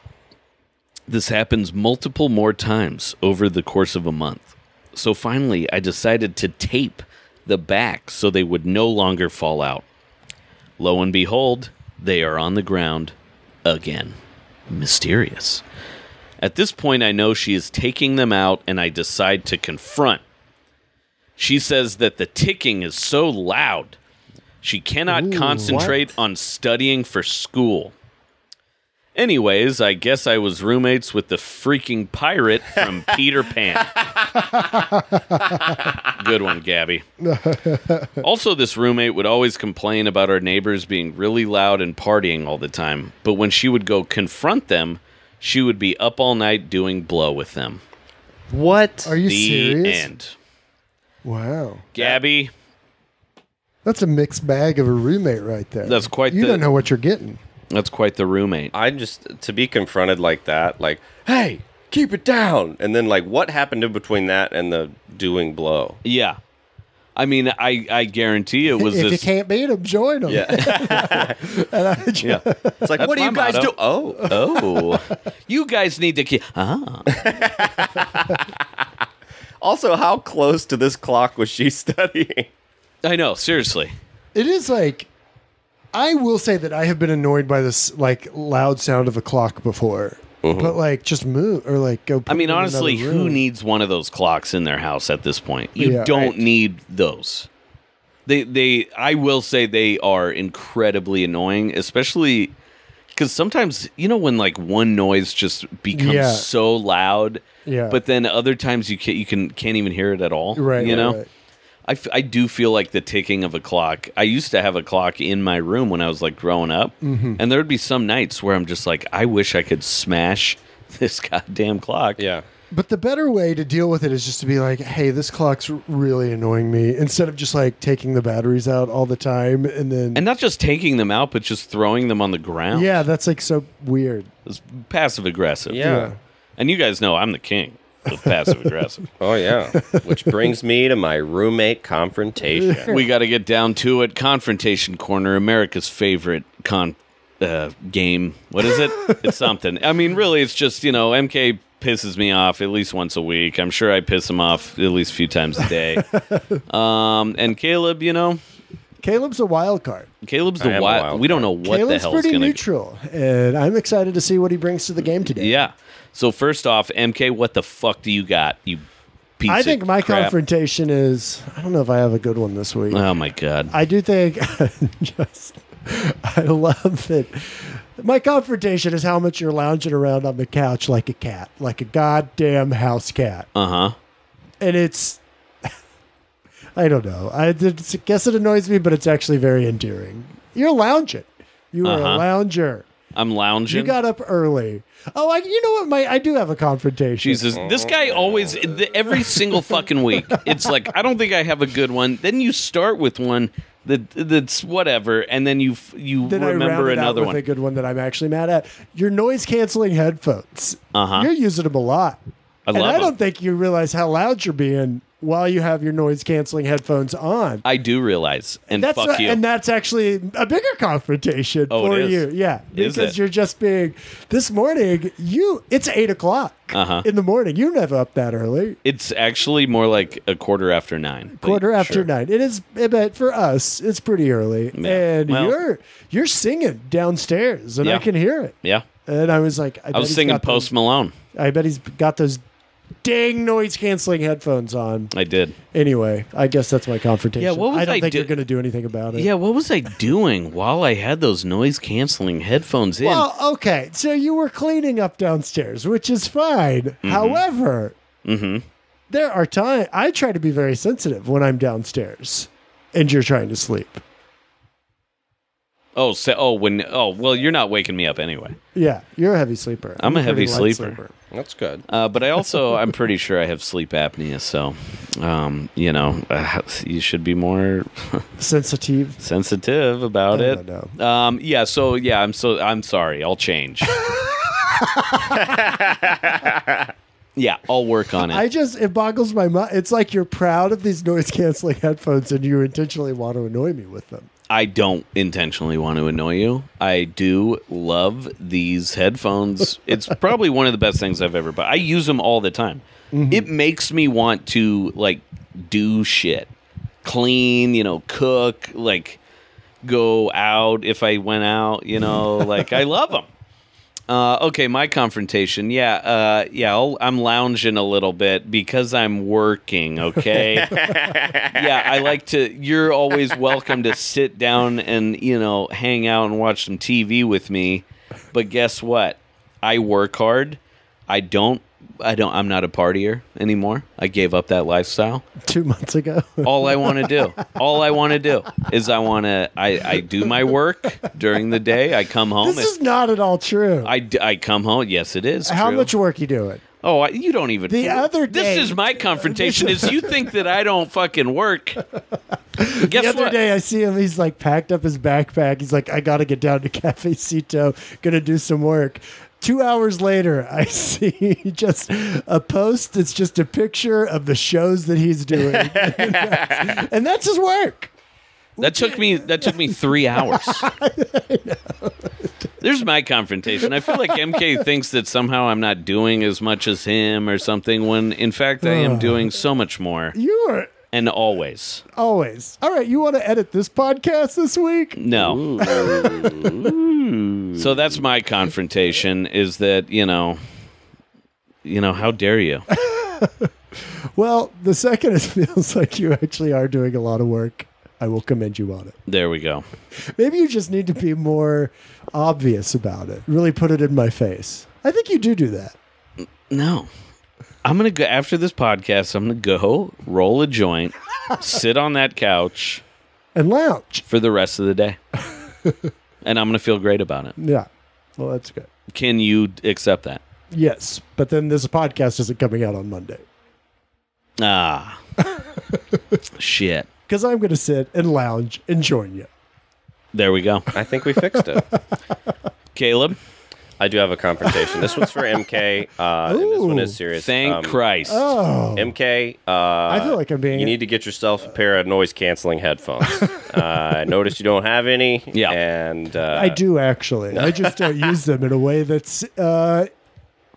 This happens multiple more times over the course of a month. So finally, I decided to tape the back so they would no longer fall out. Lo and behold, they are on the ground again mysterious. At this point, I know she is taking them out, and I decide to confront. She says that the ticking is so loud, she cannot concentrate on studying for school. Anyways, I guess I was roommates with the freaking pirate from Peter Pan. Good one, Gabby. Also, this roommate would always complain about our neighbors being really loud and partying all the time. But when she would go confront them, she would be up all night doing blow with them.
What?
Are you
the
serious?
end.
Wow.
Gabby,
That's a mixed bag of a roommate right there.
That's quite
You
the-
don't know what you're getting.
that's quite the roommate.
I just to be confronted like that, like, hey, keep it down, and then like, what happened in between that and the doing blow?
Yeah. I mean, I, I guarantee it was
if you
this.
can't beat them, join them.
Yeah,
Yeah.
it's like, what do
my
you guys
motto.
do? Oh,
Oh, you guys need to keep. Ah,
also, how close to this clock was she studying?
I know. Seriously,
It is like I will say that I have been annoyed by this like loud sound of a clock before. But like just move or like go put
Uh-huh. I mean,
it in
honestly,
another
who
room.
needs one of those clocks in their house at this point? You
Yeah,
don't
right.
need those. They, they, I will say they are incredibly annoying, especially because sometimes you know when like one noise just becomes
Yeah.
so loud,
Yeah.
But then other times you can't, you can can't even hear it at all,
right,
You
right,
know,
right.
I, f- I do feel like the ticking of a clock. I used to have a clock in my room when I was like growing up,
Mm-hmm.
and there would be some nights where I'm just like, I wish I could smash this goddamn clock.
Yeah,
But the better way to deal with it is just to be like, "Hey, this clock's r- really annoying me." Instead of just like taking the batteries out all the time and then
and not just taking them out, but just throwing them on the ground.
yeah, that's like so weird.
it's passive aggressive.
yeah.
and you guys know I'm the king of passive aggressive.
Oh yeah, which brings me to my roommate confrontation.
we got to get down to it. Confrontation Corner, America's favorite con uh, game. What is it? it's something. I mean, really, it's just you know, MK pisses me off at least once a week. I'm sure I piss him off at least a few times a day. um, and Caleb, you know,
Caleb's a wild card.
Caleb's
I
the
am a
wild.
wild
We don't know what the
Caleb's
hell's
pretty
going to
neutral, and I'm excited to see what he brings to the game today.
Yeah. So first off, MK, what the fuck do you got? You piece
I think
of
my
crap.
confrontation is. I don't know if I have a good one this week.
Oh my god.
I do think just I love that my confrontation is how much you're lounging around on the couch like a cat, like a goddamn house cat.
Uh huh.
And it's I don't know. I it's- I guess it annoys me, but it's actually very endearing. You're lounging. You are
Uh-huh.
a lounger.
I'm lounging.
You got up early. Oh, I, you know what? My I do have a confrontation.
Jesus, this guy always the- every single fucking week. It's like I don't think I have a good one. Then you start with one that that's whatever, and then you f- you
Then I
remember
rounded
another
out with a
one.
good one that I'm actually mad at. Your noise canceling headphones.
Uh-huh.
You're using them a lot.
I
and
love.
I don't
'em.
think you realize how loud you're being while you have your noise canceling headphones on.
I do realize, and
That's
fuck
a-
you.
and that's actually a bigger confrontation
Oh, it
for
is?
you. Yeah,
Is
because
it?
you're just being this morning. You it's eight o'clock
Uh-huh.
in the morning. You're never up that early.
it's actually more like a quarter after nine. but
Quarter after
sure.
nine. It is, but for us, it's pretty early.
Yeah.
And
Well-
you're you're singing downstairs, and I
Yeah.
can hear it.
Yeah,
And I was like, I,
I was singing Post Malone.
I bet he's got those dang noise canceling headphones on.
I did.
Anyway, I guess that's my confrontation.
Yeah, what was
I don't
I
think
do-
you're going to do anything about it.
Yeah, what was I doing while I had those noise canceling headphones in?
Well, okay. So you were cleaning up downstairs, which is fine.
Mm-hmm.
However, there are times I try to be very sensitive when I'm downstairs and you're trying to sleep.
oh, so, oh, when oh, well, you're not waking me up anyway.
Yeah, you're a heavy sleeper.
I'm a
pretty
heavy
light
sleeper.
That's good.
Uh, but I also, I'm pretty sure I have sleep apnea, so um, you know, uh, you should be more
Sensitive.
sensitive about
I
it.
don't
Um, yeah. So yeah, I'm so I'm sorry. I'll change. yeah, I'll work on it.
I just it boggles my mind. It's like you're proud of these noise canceling headphones and you intentionally want to annoy me with them.
I don't intentionally want to annoy you. I do love these headphones. It's probably one of the best things I've ever bought. I use them all the time. It makes me want to like do shit, clean, you know, cook, like go out if I went out, you know, like I love them. Uh, okay, my confrontation. Yeah, uh, yeah, I'll, I'm lounging a little bit because I'm working. Okay. yeah, I like to. You're always welcome to sit down and you know hang out and watch some TV with me. But guess what? I work hard. I don't. I don't. I'm not a partier anymore. I gave up that lifestyle.
Two months ago.
All I want to do. All I want to do is I want to. I I do my work during the day. I come home.
this is not at all true.
I, d- I come home. Yes, it is.
How
true.
much work you doing?
Oh, I, you don't even.
The other day-
this is my confrontation. is you think that I don't fucking work? Guess
the other
what?
day I see him. He's like packed up his backpack. He's like, I gotta get down to Cafecito. Gonna do some work. Two hours later, I see just a post. It's just a picture of the shows that he's doing, and that's- and that's his work.
That took me that took me three hours. There's my confrontation. I feel like MK thinks that somehow I'm not doing as much as him or something when in fact I am doing so much more
You are
and always.
always all right. You want to edit this podcast this week?
No. so that's my confrontation is that, you know, you know, how dare you?
Well, the second it feels like you actually are doing a lot of work. I will commend you on it.
There we go.
Maybe you just need to be more obvious about it. Really put it in my face. I think you do do that.
No. I'm going to go after this podcast, I'm going to go roll a joint, sit on that couch.
and lounge.
for the rest of the day. and I'm going to feel great about it.
Yeah. Well, that's good.
Can you accept that?
Yes, but then this podcast isn't coming out on Monday
Ah. Shit.
because I'm going to sit and lounge and join you.
There we go.
I think we fixed it.
Caleb,
I do have a confrontation. This one's for MK, uh, and this one
Ooh.
is serious.
thank
Um,
Christ.
Oh,
MK, uh, I
feel like I'm being-
You need to get yourself a pair of noise canceling headphones. uh, I noticed you don't have any.
Yeah.
and uh,
I do actually. I just don't use them in a way that's uh,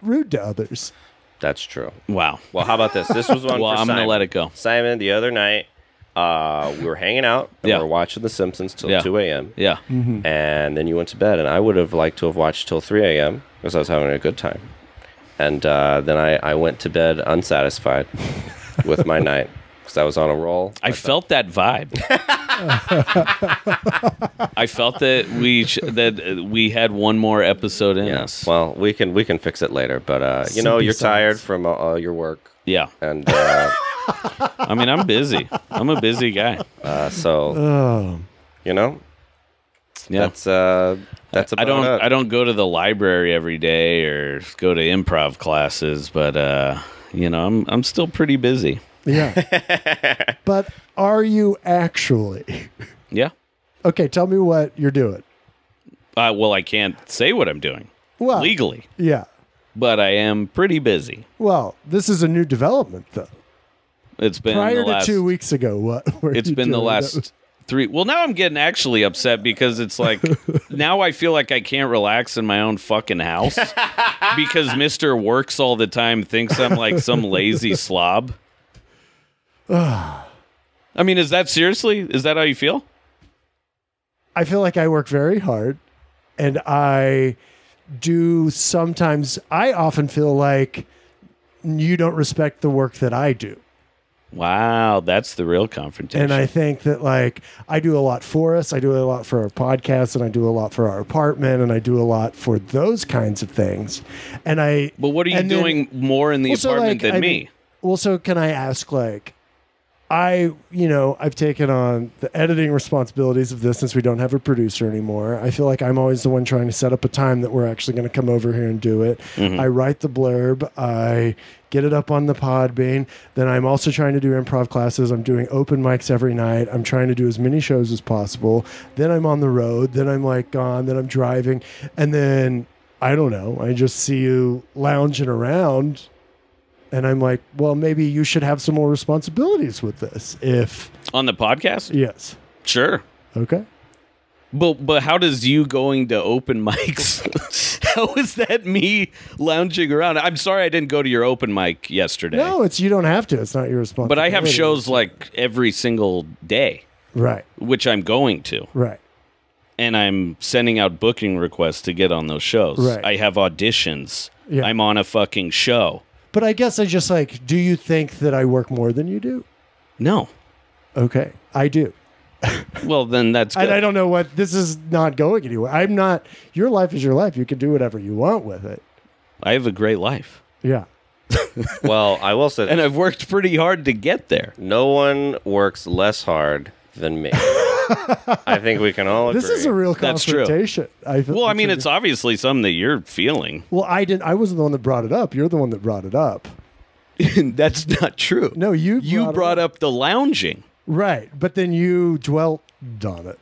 rude to others.
That's true.
wow.
Well, how about this? This was one.
Well,
for
I'm gonna
Simon.
let it go.
Simon, the other night, uh, we were hanging out and
Yeah.
we were watching The Simpsons till
Yeah. Mm-hmm.
2 a.m.
Yeah.
Mm-hmm. And then you went to bed, and I would have liked to have watched till 3 a.m. because I was having a good time. And uh, then I, I went to bed unsatisfied with my night because I was on a roll.
I felt that vibe. I felt that we sh- that uh, we had one more episode in
Yes.
us.
Well, we can we can fix it later, but uh, you know
Sleepy
you're
socks.
tired from uh, all your work,
yeah.
and uh,
I mean, I'm busy. I'm a busy guy.
uh, so
Oh,
you know
Yeah.
that's uh, that's about
I don't
it.
I don't go to the library every day or go to improv classes, but uh, you know, I'm I'm still pretty busy.
yeah. but are you actually?
Yeah.
Okay, tell me what you're doing.
Uh, well, I can't say what I'm doing
Well,
legally,
Yeah.
but I am pretty busy.
Well, this is a new development, though.
It's been
Prior
the
to
last,
two weeks ago, what? Were
It's
you
been the
doing?
last three. Well, now I'm getting actually upset because it's like now I feel like I can't relax in my own fucking house because Mister works all the time thinks I'm like some lazy slob. I mean, is that seriously? Is that how you feel?
I feel like I work very hard, and I do sometimes. I often feel like you don't respect the work that I do.
Wow, that's the real confrontation.
And I think that like I do a lot for us. I do a lot for our podcast and I do a lot for our apartment and I do a lot for those kinds of things. And I
but what are you
and then-
doing more in the
Well, so,
apartment
like,
than
I
me?
mean- well, so can I ask like I, you know, I've taken on the editing responsibilities of this since we don't have a producer anymore. I feel like I'm always the one trying to set up a time that we're actually going to come over here and do it.
Mm-hmm.
I write the blurb, I get it up on the Podbean. Then I'm also trying to do improv classes. I'm doing open mics every night. I'm trying to do as many shows as possible. Then I'm on the road. Then I'm like gone. Then I'm driving. And then I don't know. I just see you lounging around and I'm like, well, maybe you should have some more responsibilities with this. If
on the podcast?
yes,
Sure.
okay,
But but how does you going to open mics? how is that me lounging around? I'm sorry I didn't go to your open mic yesterday.
no, it's you don't have to. It's not your responsibility.
But I have shows like every single day,
Right,
which I'm going to,
right,
and I'm sending out booking requests to get on those shows.
Right.
I have auditions.
Yeah.
I'm on a fucking show.
but I guess I just like. Do you think that I work more than you do?
No.
Okay, I do.
Well, then that's good.
And I don't know what this is not going anywhere. I'm not. Your life is your life. You can do whatever you want with it.
I have a great life.
Yeah.
well, I will say,
And
this.
I've worked pretty hard to get there.
no one works less hard than me. I think we can all. Agree.
This is a real
That's true.
confrontation. I feel,
Well, I mean, it's obviously something that you're feeling.
well, I didn't. I wasn't the one that brought it up. You're the one that brought it up.
that's not true.
No, you.
you
it
brought up the lounging.
Right, but then you dwelt on it.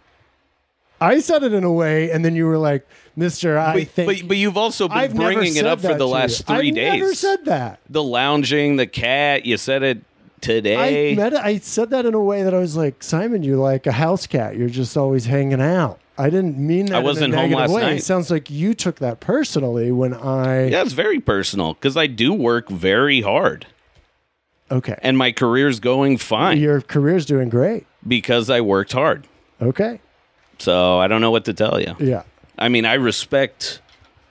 I said it in a way, and then you were like, "Mister, I
But,
think
but, but you've also been
I've never
bringing it
said
up for
that
the
to you.
last three
I
days.
never said that.
the lounging, the cat. You said it today.
I met. I said that in a way that I was like, Simon, you're like a house cat. You're just always hanging out. I didn't mean that.
I
in a
wasn't home
negative
last
way.
night.
It sounds like you took that personally when I.
yeah, it's very personal because I do work very hard,
Okay.
and my career's going fine
Your career's doing great.
because I worked hard.
Okay.
So I don't know what to tell you.
Yeah.
I mean, I respect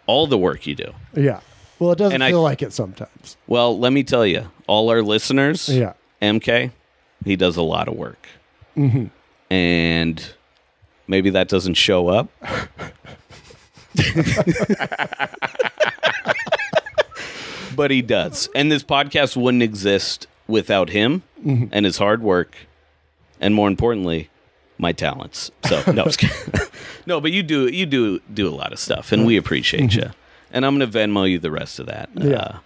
all the work you do.
Yeah. Well, it doesn't
And I-
feel like it sometimes.
Well, let me tell you, all our listeners,
Yeah.
MK, he does a lot of work,
Mm-hmm.
and maybe that doesn't show up. but he does. And this podcast wouldn't exist without him
Mm-hmm.
and his hard work, and more importantly, my talents. So no, I'm just kidding. no, but you do you do do a lot of stuff, and we appreciate you. And I'm gonna Venmo you the rest of that.
Mm-hmm. Yeah.
uh,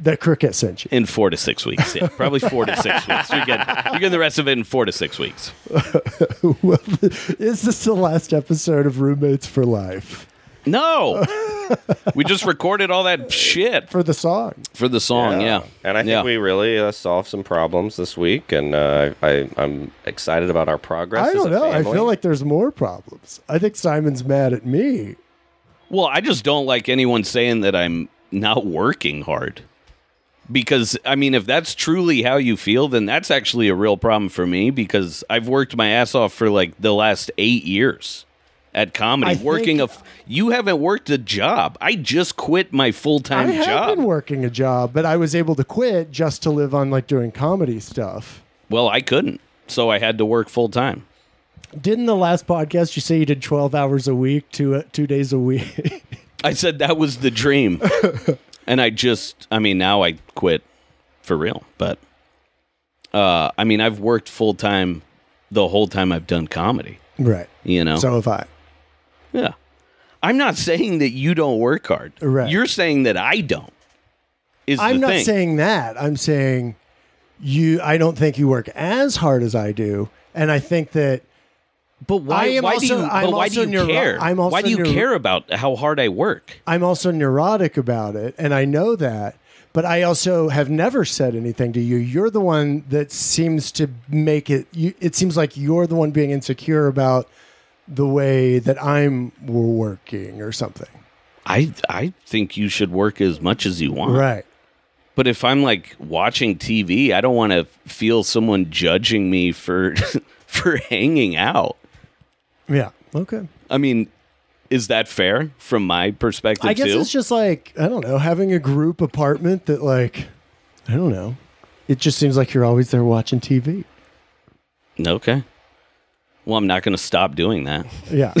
That cricket sent you.
in four to six weeks. Yeah, probably four to six weeks. You're getting, you're getting the rest of it in four to six weeks.
well, is this the last episode of Roommates for Life?
No, we just recorded all that shit
for the song.
for the song. Yeah,
And I think
Yeah.
we really uh, solved some problems this week, and uh, I, I'm excited about our progress.
I
as
don't
a
know. I
family.
feel like there's more problems. I think Simon's mad at me.
Well, I just don't like anyone saying that I'm not working hard because I mean, if that's truly how you feel, then that's actually a real problem for me because I've worked my ass off for like the last eight years at comedy.
I
working a,
think-
f- you haven't worked a job. I just quit my full
I
time
have
job.
been working a job, but I was able to quit just to live on like doing comedy stuff.
well, I couldn't, so I had to work full time.
Didn't the last podcast you say you did twelve hours a week, two uh, two days a week?
I said that was the dream, and I just, I mean, now I quit for real. But uh, I mean, I've worked full time the whole time I've done comedy.
right.
You know,
So have I.
Yeah. I'm not saying that you don't work hard.
Right.
You're saying that I don't. Is
I'm
the
not
thing.
saying that. I'm saying you. I don't think you work as hard as I do, and I think that
but why,
I am
why do
also-
you, but
I'm
why
also
do you
neuro-
care?
I'm also
why do you
neuro-
care about how hard I work?
I'm also neurotic about it, and I know that. But I also have never said anything to you. You're the one that seems to make it. You, it seems like you're the one being insecure about the way that I'm working or something.
I I think you should work as much as you want.
Right.
But if I'm like watching TV, I don't want to feel someone judging me for for hanging out.
Yeah. Okay.
I mean, is that fair from my perspective
I guess
too?
it's just like I don't know, having a group apartment that like I don't know. It just seems like you're always there watching TV.
okay. Well, I'm not going to stop doing that.
Yeah.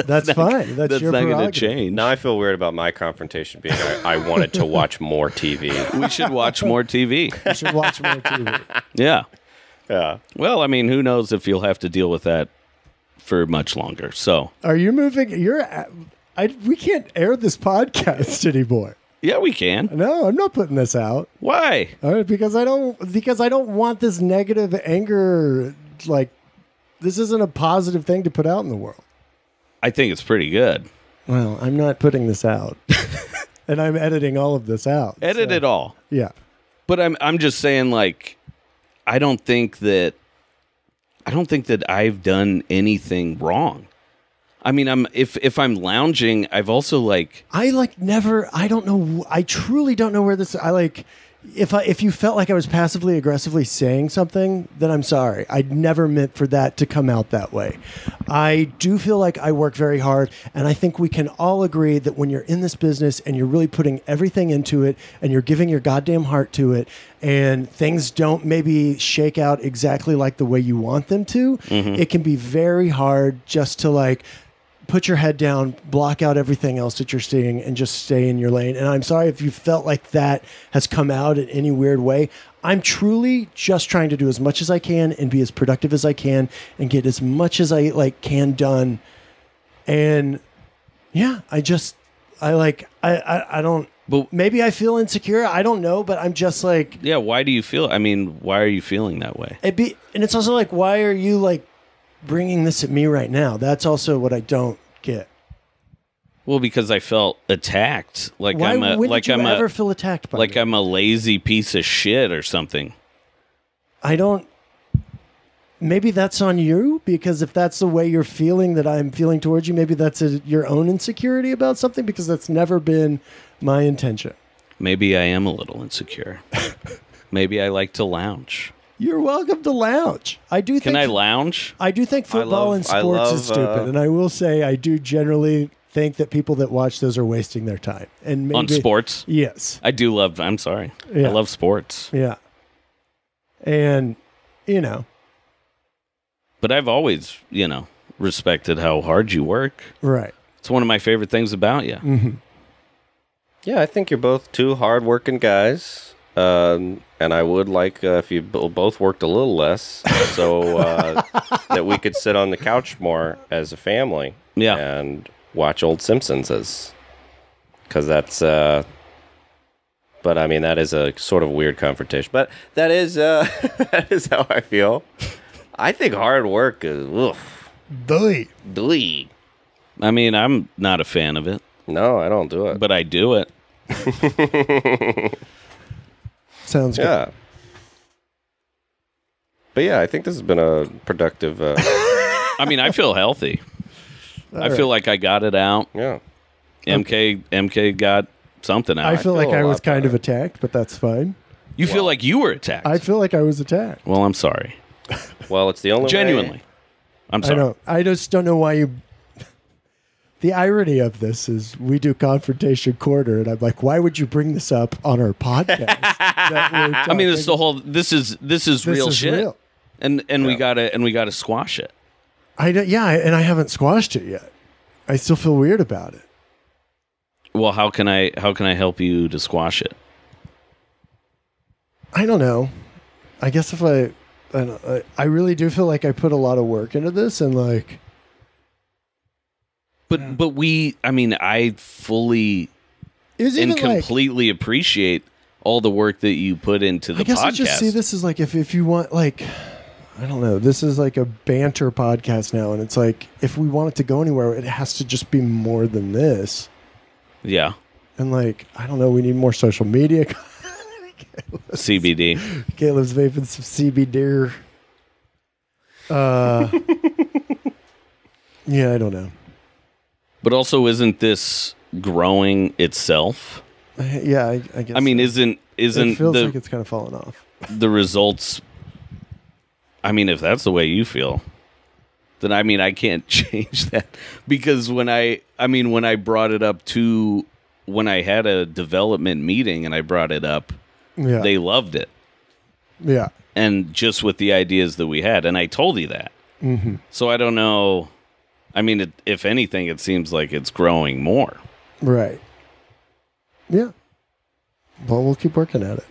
that's fine. That's,
That's
your
not going to
prerogative.
change.
Now I feel weird about my confrontation being I, I wanted to watch more TV.
we should watch more TV.
You should watch more TV.
Yeah.
Yeah.
Well, I mean, who knows if you'll have to deal with that for much longer. So,
Are you moving? You're. at- I we can't air this podcast anymore.
yeah, we can.
No, I'm not putting this out
Why?
All right, because I don't because I don't want this negative anger. Like this isn't a positive thing to put out in the world.
I think it's pretty good.
Well, I'm not putting this out, and I'm editing all of this out.
Edit
so-
it all.
Yeah.
But I'm I'm just saying like I don't think that I don't think that I've done anything wrong. I mean, I'm if if I'm lounging, I've also like
I like never. I don't know. I truly don't know where this. I like if I if you felt like I was passively aggressively saying something, then I'm sorry. I never meant for that to come out that way. I do feel like I work very hard, and I think we can all agree that when you're in this business and you're really putting everything into it, and you're giving your goddamn heart to it, and things don't maybe shake out exactly like the way you want them to, it can be very hard just to like put your head down, block out everything else that you're seeing, and just stay in your lane. And I'm sorry if you felt like that has come out in any weird way. I'm truly just trying to do as much as I can and be as productive as I can and get as much as I like can done. And yeah, I just I like I I, I don't
But-
maybe I feel insecure. I don't know, but I'm just like
yeah, why do you feel I mean, why are you feeling that way?
it be and it's also like why are you like bringing this at me right now? That's also what I don't get.
Well, because I felt attacked. Like
Why
I'm a
when
like
did you
I'm
ever
a
feel attacked by
like
me?
I'm a lazy piece of shit or something.
I don't. Maybe that's on you because if that's the way you're feeling that I'm feeling towards you, maybe that's a, your own insecurity about something because that's never been my intention.
Maybe I am a little insecure. Maybe I like to lounge.
You're welcome to lounge. I do.
Can
think,
I lounge?
I do think football
love-
and
I
sports is
love, uh,
stupid, and I will say I do generally think that people that watch those are wasting their time. And maybe
On sports?
yes,
I do love I'm sorry.
Yeah.
I love sports.
yeah, and you know,
But I've always, you know, respected how hard you work.
right?
It's one of my favorite things about you.
Mm.
Yeah, I think you're both two hardworking guys. Um, and I would like uh, if you b- both worked a little less so uh, that we could sit on the couch more as a family
Yeah.
and watch old Simpsons as because that's uh but I mean that is a sort of weird confrontation but that is uh that is how I feel I think hard work is oof,
Boy,
glee.
I mean, I'm not a fan of it,
no I don't do it
but I do it.
sounds good.
Yeah. But yeah, I think this has been a productive. Uh,
I mean, I feel healthy. I feel like I got it out.
yeah.
MK MK got something out.
Uh, I feel like
feel a
I was
lot
kind of
better.
attacked, but that's fine.
you feel like you were attacked.
I feel like I was attacked.
well, I'm sorry.
Well, it's the only way-
Genuinely. I'm
I
sorry.
don't. I just don't know why you. The irony of this is we do confrontation quarter, and I'm like, why would you bring this up on our podcast? that we're
I mean, this is
talking-
the whole. This is this is
This
real
is
shit,
real.
and and we gotta and we gotta squash it.
I don't, yeah, and I haven't squashed it yet. I still feel weird about it.
Well, how can I how can I help you to squash it?
I don't know. I guess if I, I, don't- I- I really do feel like I put a lot of work into this, and like,
But but we, I mean, I fully
it was even
and
like,
completely appreciate all the work that you put into the
I guess
podcast.
I just see this as like if if you want like I don't know, this is like a banter podcast now, and it's like if we want it to go anywhere, it has to just be more than this.
yeah,
And like I don't know, we need more social media.
CBD.
Caleb's vaping some CBD. Uh, yeah, I don't know.
But also, isn't this growing itself?
I- Yeah, I, I guess.
I mean, isn't
uh, it
isn't
feels
the
like it's kind of fallen off.
the results? I mean, if that's the way you feel, then I mean, I can't change that because when I, I mean, when I brought it up to when I had a development meeting and I brought it up,
Yeah,
they loved it.
yeah.
and just with the ideas that we had. And I told you that. Mm-hmm. So I don't know. I mean, it, if anything, it seems like it's growing more.
Right. Yeah. Well, we'll keep working at it.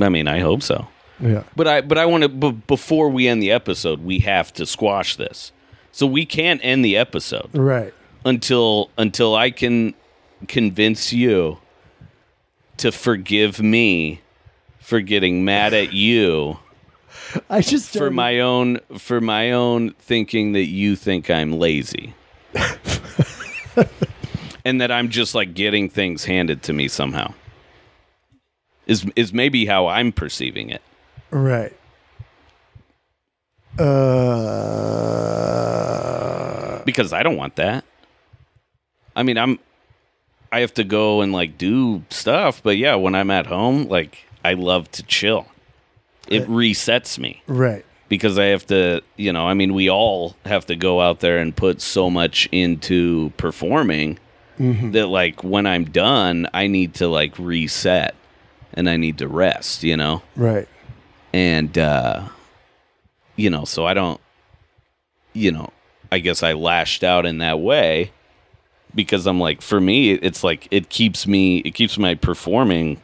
I mean, I hope so.
Yeah.
But I, but I want to. But before we end the episode, we have to squash this. So we can't end the episode
Right.
until until I can convince you to forgive me for getting mad at you
I just
for
don't-
my own for my own thinking that you think I'm lazy. and that I'm just like getting things handed to me somehow. Is is maybe how I'm perceiving it.
Right. Uh,
Because I don't want that. I mean, I'm I have to go and like do stuff, but yeah, when I'm at home, like I love to chill. It resets me.
right.
because I have to, you know, I mean, we all have to go out there and put so much into performing that, like, when I'm done, I need to, like, reset and I need to rest, you know?
Right.
And, uh, you know, so I don't, you know, I guess I lashed out in that way because I'm like, for me, it's like, it keeps me, it keeps my performing,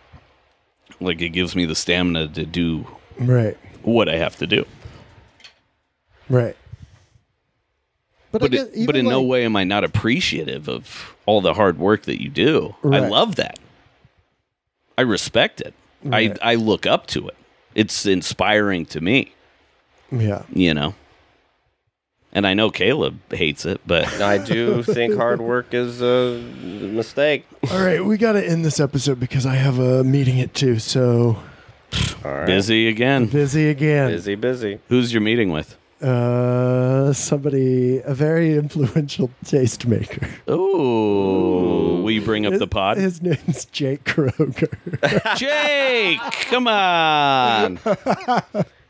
like, it gives me the stamina to do
Right.
what I have to do.
Right.
but
But, I guess
it-
even
but in no
like-
way am I not appreciative of all the hard work that you do. I
Right.
love that. I respect it.
Right.
I I look up to it. It's inspiring to me,
Yeah.
you know. And I know Caleb hates it, but
I do think hard work is a mistake.
All right, we got to end this episode because I have a meeting at two, so
All right.
busy again.
busy again.
Busy, busy.
Who's your meeting with?
Uh, somebody, a very influential tastemaker.
Oh, will you bring up the pod?
His name's Jake Kroger.
Jake, come on.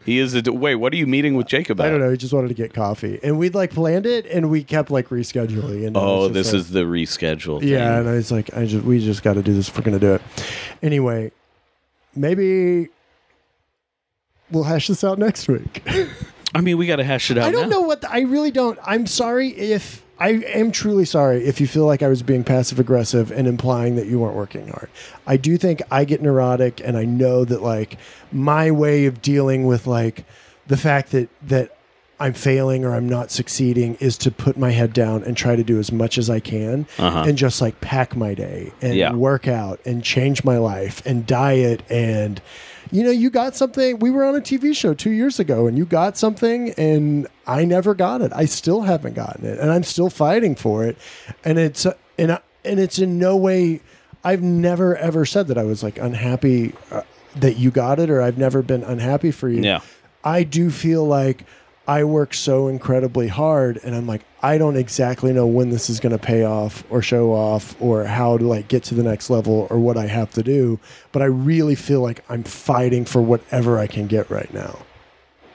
He is a d- wait. What are you meeting with Jake about?
I don't know. He just wanted to get coffee, and we'd like planned it, and we kept like rescheduling. And I was
Oh,
just
this
like-
is the reschedule.
Yeah,
thing.
and I was like, I just we just got to do this. if We're gonna do it anyway. Maybe we'll hash this out next week.
I mean, we got to hash it out.
I don't
now.
know what the, I really don't. I'm sorry if I am truly sorry if you feel like I was being passive aggressive and implying that you weren't working hard. I do think I get neurotic, and I know that like my way of dealing with like the fact that that I'm failing or I'm not succeeding is to put my head down and try to do as much as I can
Uh-huh.
and just like pack my day and
Yeah.
work out and change my life and diet and you know you got something we were on a TV show 2 years ago and you got something and I never got it. I still haven't gotten it and I'm still fighting for it and it's and I, and it's in no way I've never ever said that I was like unhappy uh, that you got it or I've never been unhappy for you.
Yeah.
I do feel like I work so incredibly hard and I'm like, I don't exactly know when this is going to pay off or show off or how to like get to the next level or what I have to do, but I really feel like I'm fighting for whatever I can get right now.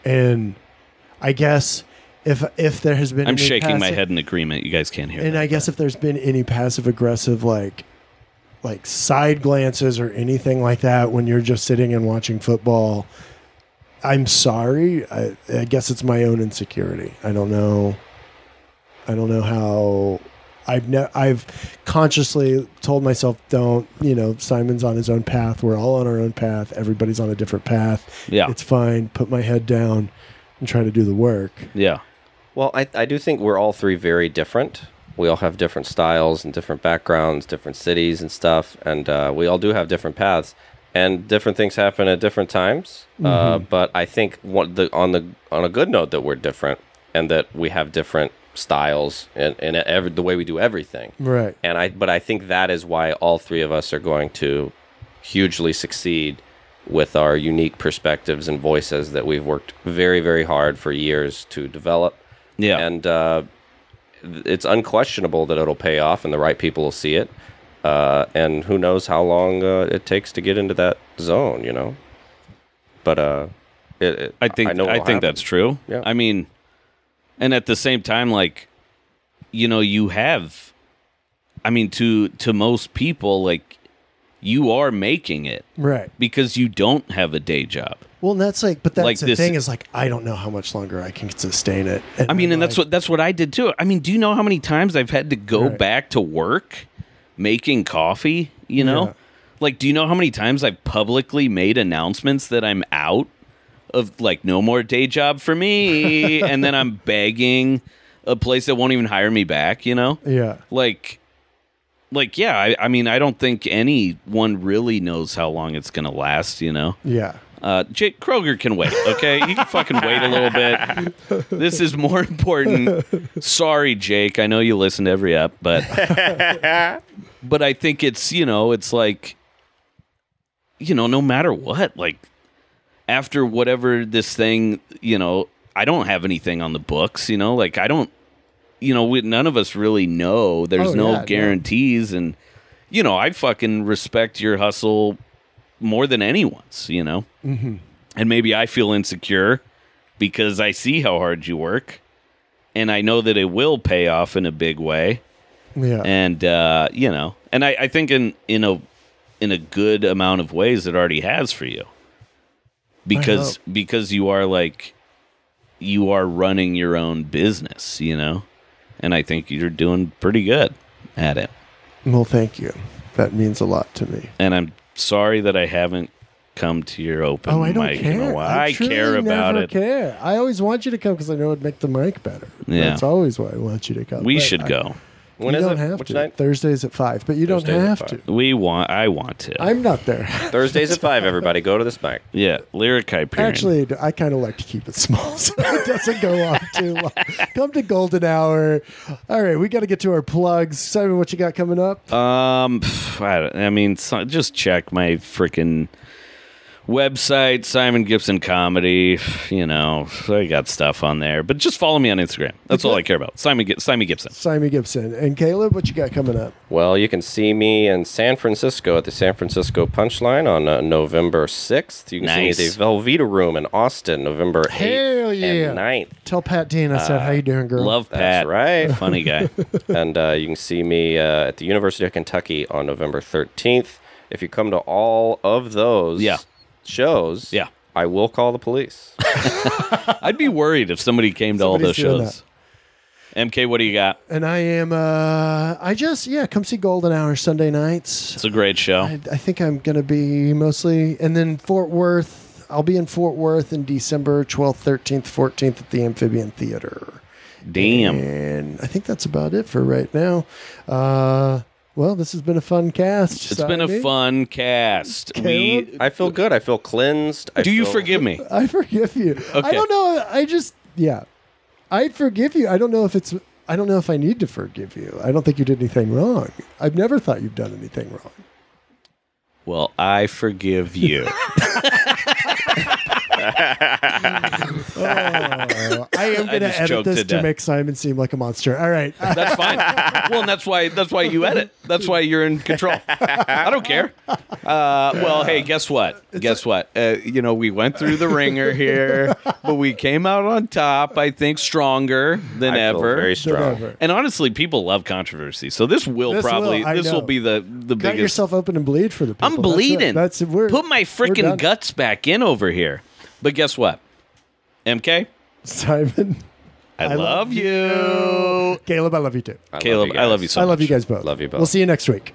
And I guess if if there has been
I'm
any
shaking my
passive-
head in agreement. You guys can't hear
and
that.
I guess if there's been any passive aggressive like like side glances or anything like that when you're just sitting and watching football, I'm sorry. I, I guess it's my own insecurity. I don't know. I don't know how. I've ne- I've consciously told myself, don't you know? Simon's on his own path. We're all on our own path. Everybody's on a different path.
Yeah.
it's fine. Put my head down and try to do the work.
yeah.
Well, I, I do think we're all three very different. We all have different styles and different backgrounds, different cities and stuff, and uh, we all do have different paths, and different things happen at different times. Uh, but I think what the on the on a good note that we're different and that we have different styles and and every, the way we do everything.
Right.
And I but I think that is why all three of us are going to hugely succeed with our unique perspectives and voices that we've worked very very hard for years to develop
Yeah.
and uh, th- it's unquestionable that it'll pay off and the right people will see it uh, and who knows how long uh, it takes to get into that zone you know but uh it, it-
I think I,
know it'll
think
happen.
that's true.
Yeah.
I mean, and at the same time, like you know, you have. I mean, to to most people, like you are making it
Right.
because you don't have a day job.
Well, and that's like, but that's
Like
the
this-
thing is like, I don't know how much longer I can sustain it. And
I mean,
I'm
and that's
like,
what that's what I did too. I mean, do you know how many times I've had to go
Right.
back to work making coffee? You know,
Yeah.
like do you know how many times I've publicly made announcements that I'm out of like no more day job for me, and then I'm begging a place that won't even hire me back. You know,
yeah,
like. Like yeah, I, I mean, I don't think anyone really knows how long it's gonna last, you know.
yeah.
Uh, Jake Kroger can wait, okay? You can fucking wait a little bit. This is more important. Sorry, Jake. I know you listen to every app, but but I think it's you know it's like you know no matter what, like after whatever this thing, you know, I don't have anything on the books, you know, like I don't, you know, we, none of us really know. There's
Oh,
no
yeah, yeah.
guarantees, and you know, I fucking respect your hustle more than anyone's, you know? Mm-hmm. And maybe I feel insecure because I see how hard you work and I know that it will pay off in a big way.
Yeah.
And, uh, you know, and I, I think in, in a, in a good amount of ways it already has for you because, because you are like, you are running your own business, you know? And I think you're doing pretty good at it.
well, thank you. That means a lot to me.
and I'm sorry that I haven't come to your open
Oh, I don't
mic in a
care.
while. I,
truly
care about
never
it.
Care. I always want you to come because I know it'd make the mic better.
Yeah.
That's always why I want you to come.
We
But
should
I-
go.
when
you
is
don't
it
have
which
to.
night
Thursdays at five, but you don't
Thursdays at
have to.
five.
We want. I want to.
I'm not there.
thursdays at five everybody go to this mic
yeah, lyric Hyperion.
Actually, I kind of like to keep it small so it doesn't go on too long. Come to Golden Hour. All right, we got to get to our plugs. Simon, what you got coming up?
um, pff, I, don't- I mean, so, just check my freaking website, Simon Gibson Comedy. You know, I got stuff on there, but just follow me on Instagram. That's all I care about. Simon, Gi- Simon Gibson.
Simon Gibson and Caleb, what you got coming up?
Well, you can see me in San Francisco at the San Francisco Punchline on uh, November 6th. You can see me
Nice.
at the Velveeta Room in Austin, November 8th
Hell yeah.
and 9th.
Tell Pat Dean I said, "How you doing, girl?"
Uh, Love
That's
Pat.
right.
Funny guy.
and uh, you can see me uh, at the University of Kentucky on November 13th. If you come to all of those
Yeah.
shows,
Yeah.
I will call the police.
I'd be worried if somebody came to all those
Somebody's doing
shows. MK, what do you got?
And I am. Uh, I just yeah, come see Golden Hour Sunday nights.
It's a great show.
I, I think I'm gonna be mostly, and then Fort Worth. I'll be in Fort Worth in December 12th, 13th, 14th at the Amphibian Theater.
Damn.
And I think that's about it for right now. Uh, well, this has been a fun cast.
It's been a
Simon.
fun cast. We,
I feel good. I feel cleansed. I
do you
feel-
forgive me?
I forgive you. I
Okay.
don't know. I just yeah. I forgive you. I don't know if it's I don't know if I need to forgive you. I don't think you did anything wrong. I've never thought you've done anything wrong.
Well, I forgive you.
Oh, I am
I
going to
just
edit
choked
this
to
to
death.
make Simon seem like a monster. All right.
That's fine. well, and that's why that's why you edit. That's why you're in control. I don't care. Uh, well, hey, guess what? Guess what? Uh, you know, we went through the ringer here, but we came out on top. I think stronger than
I feel
ever.
very
Don't
strong.
ever.
and honestly, people love controversy, so this will
This will,
probably
I
this
know.
will be the the
Cut
biggest.
yourself open and bleed for the people.
I'm
That's it.
bleeding.
That's it. We're,
Put my
we're done.
freaking guts back in over here. But guess what? MK,
Simon.
I,
I
love, you.
Caleb, I love you too.
I love
Caleb,
you
I love you
guys.
so
I love you
much.
guys both.
Love you both.
We'll see you next week.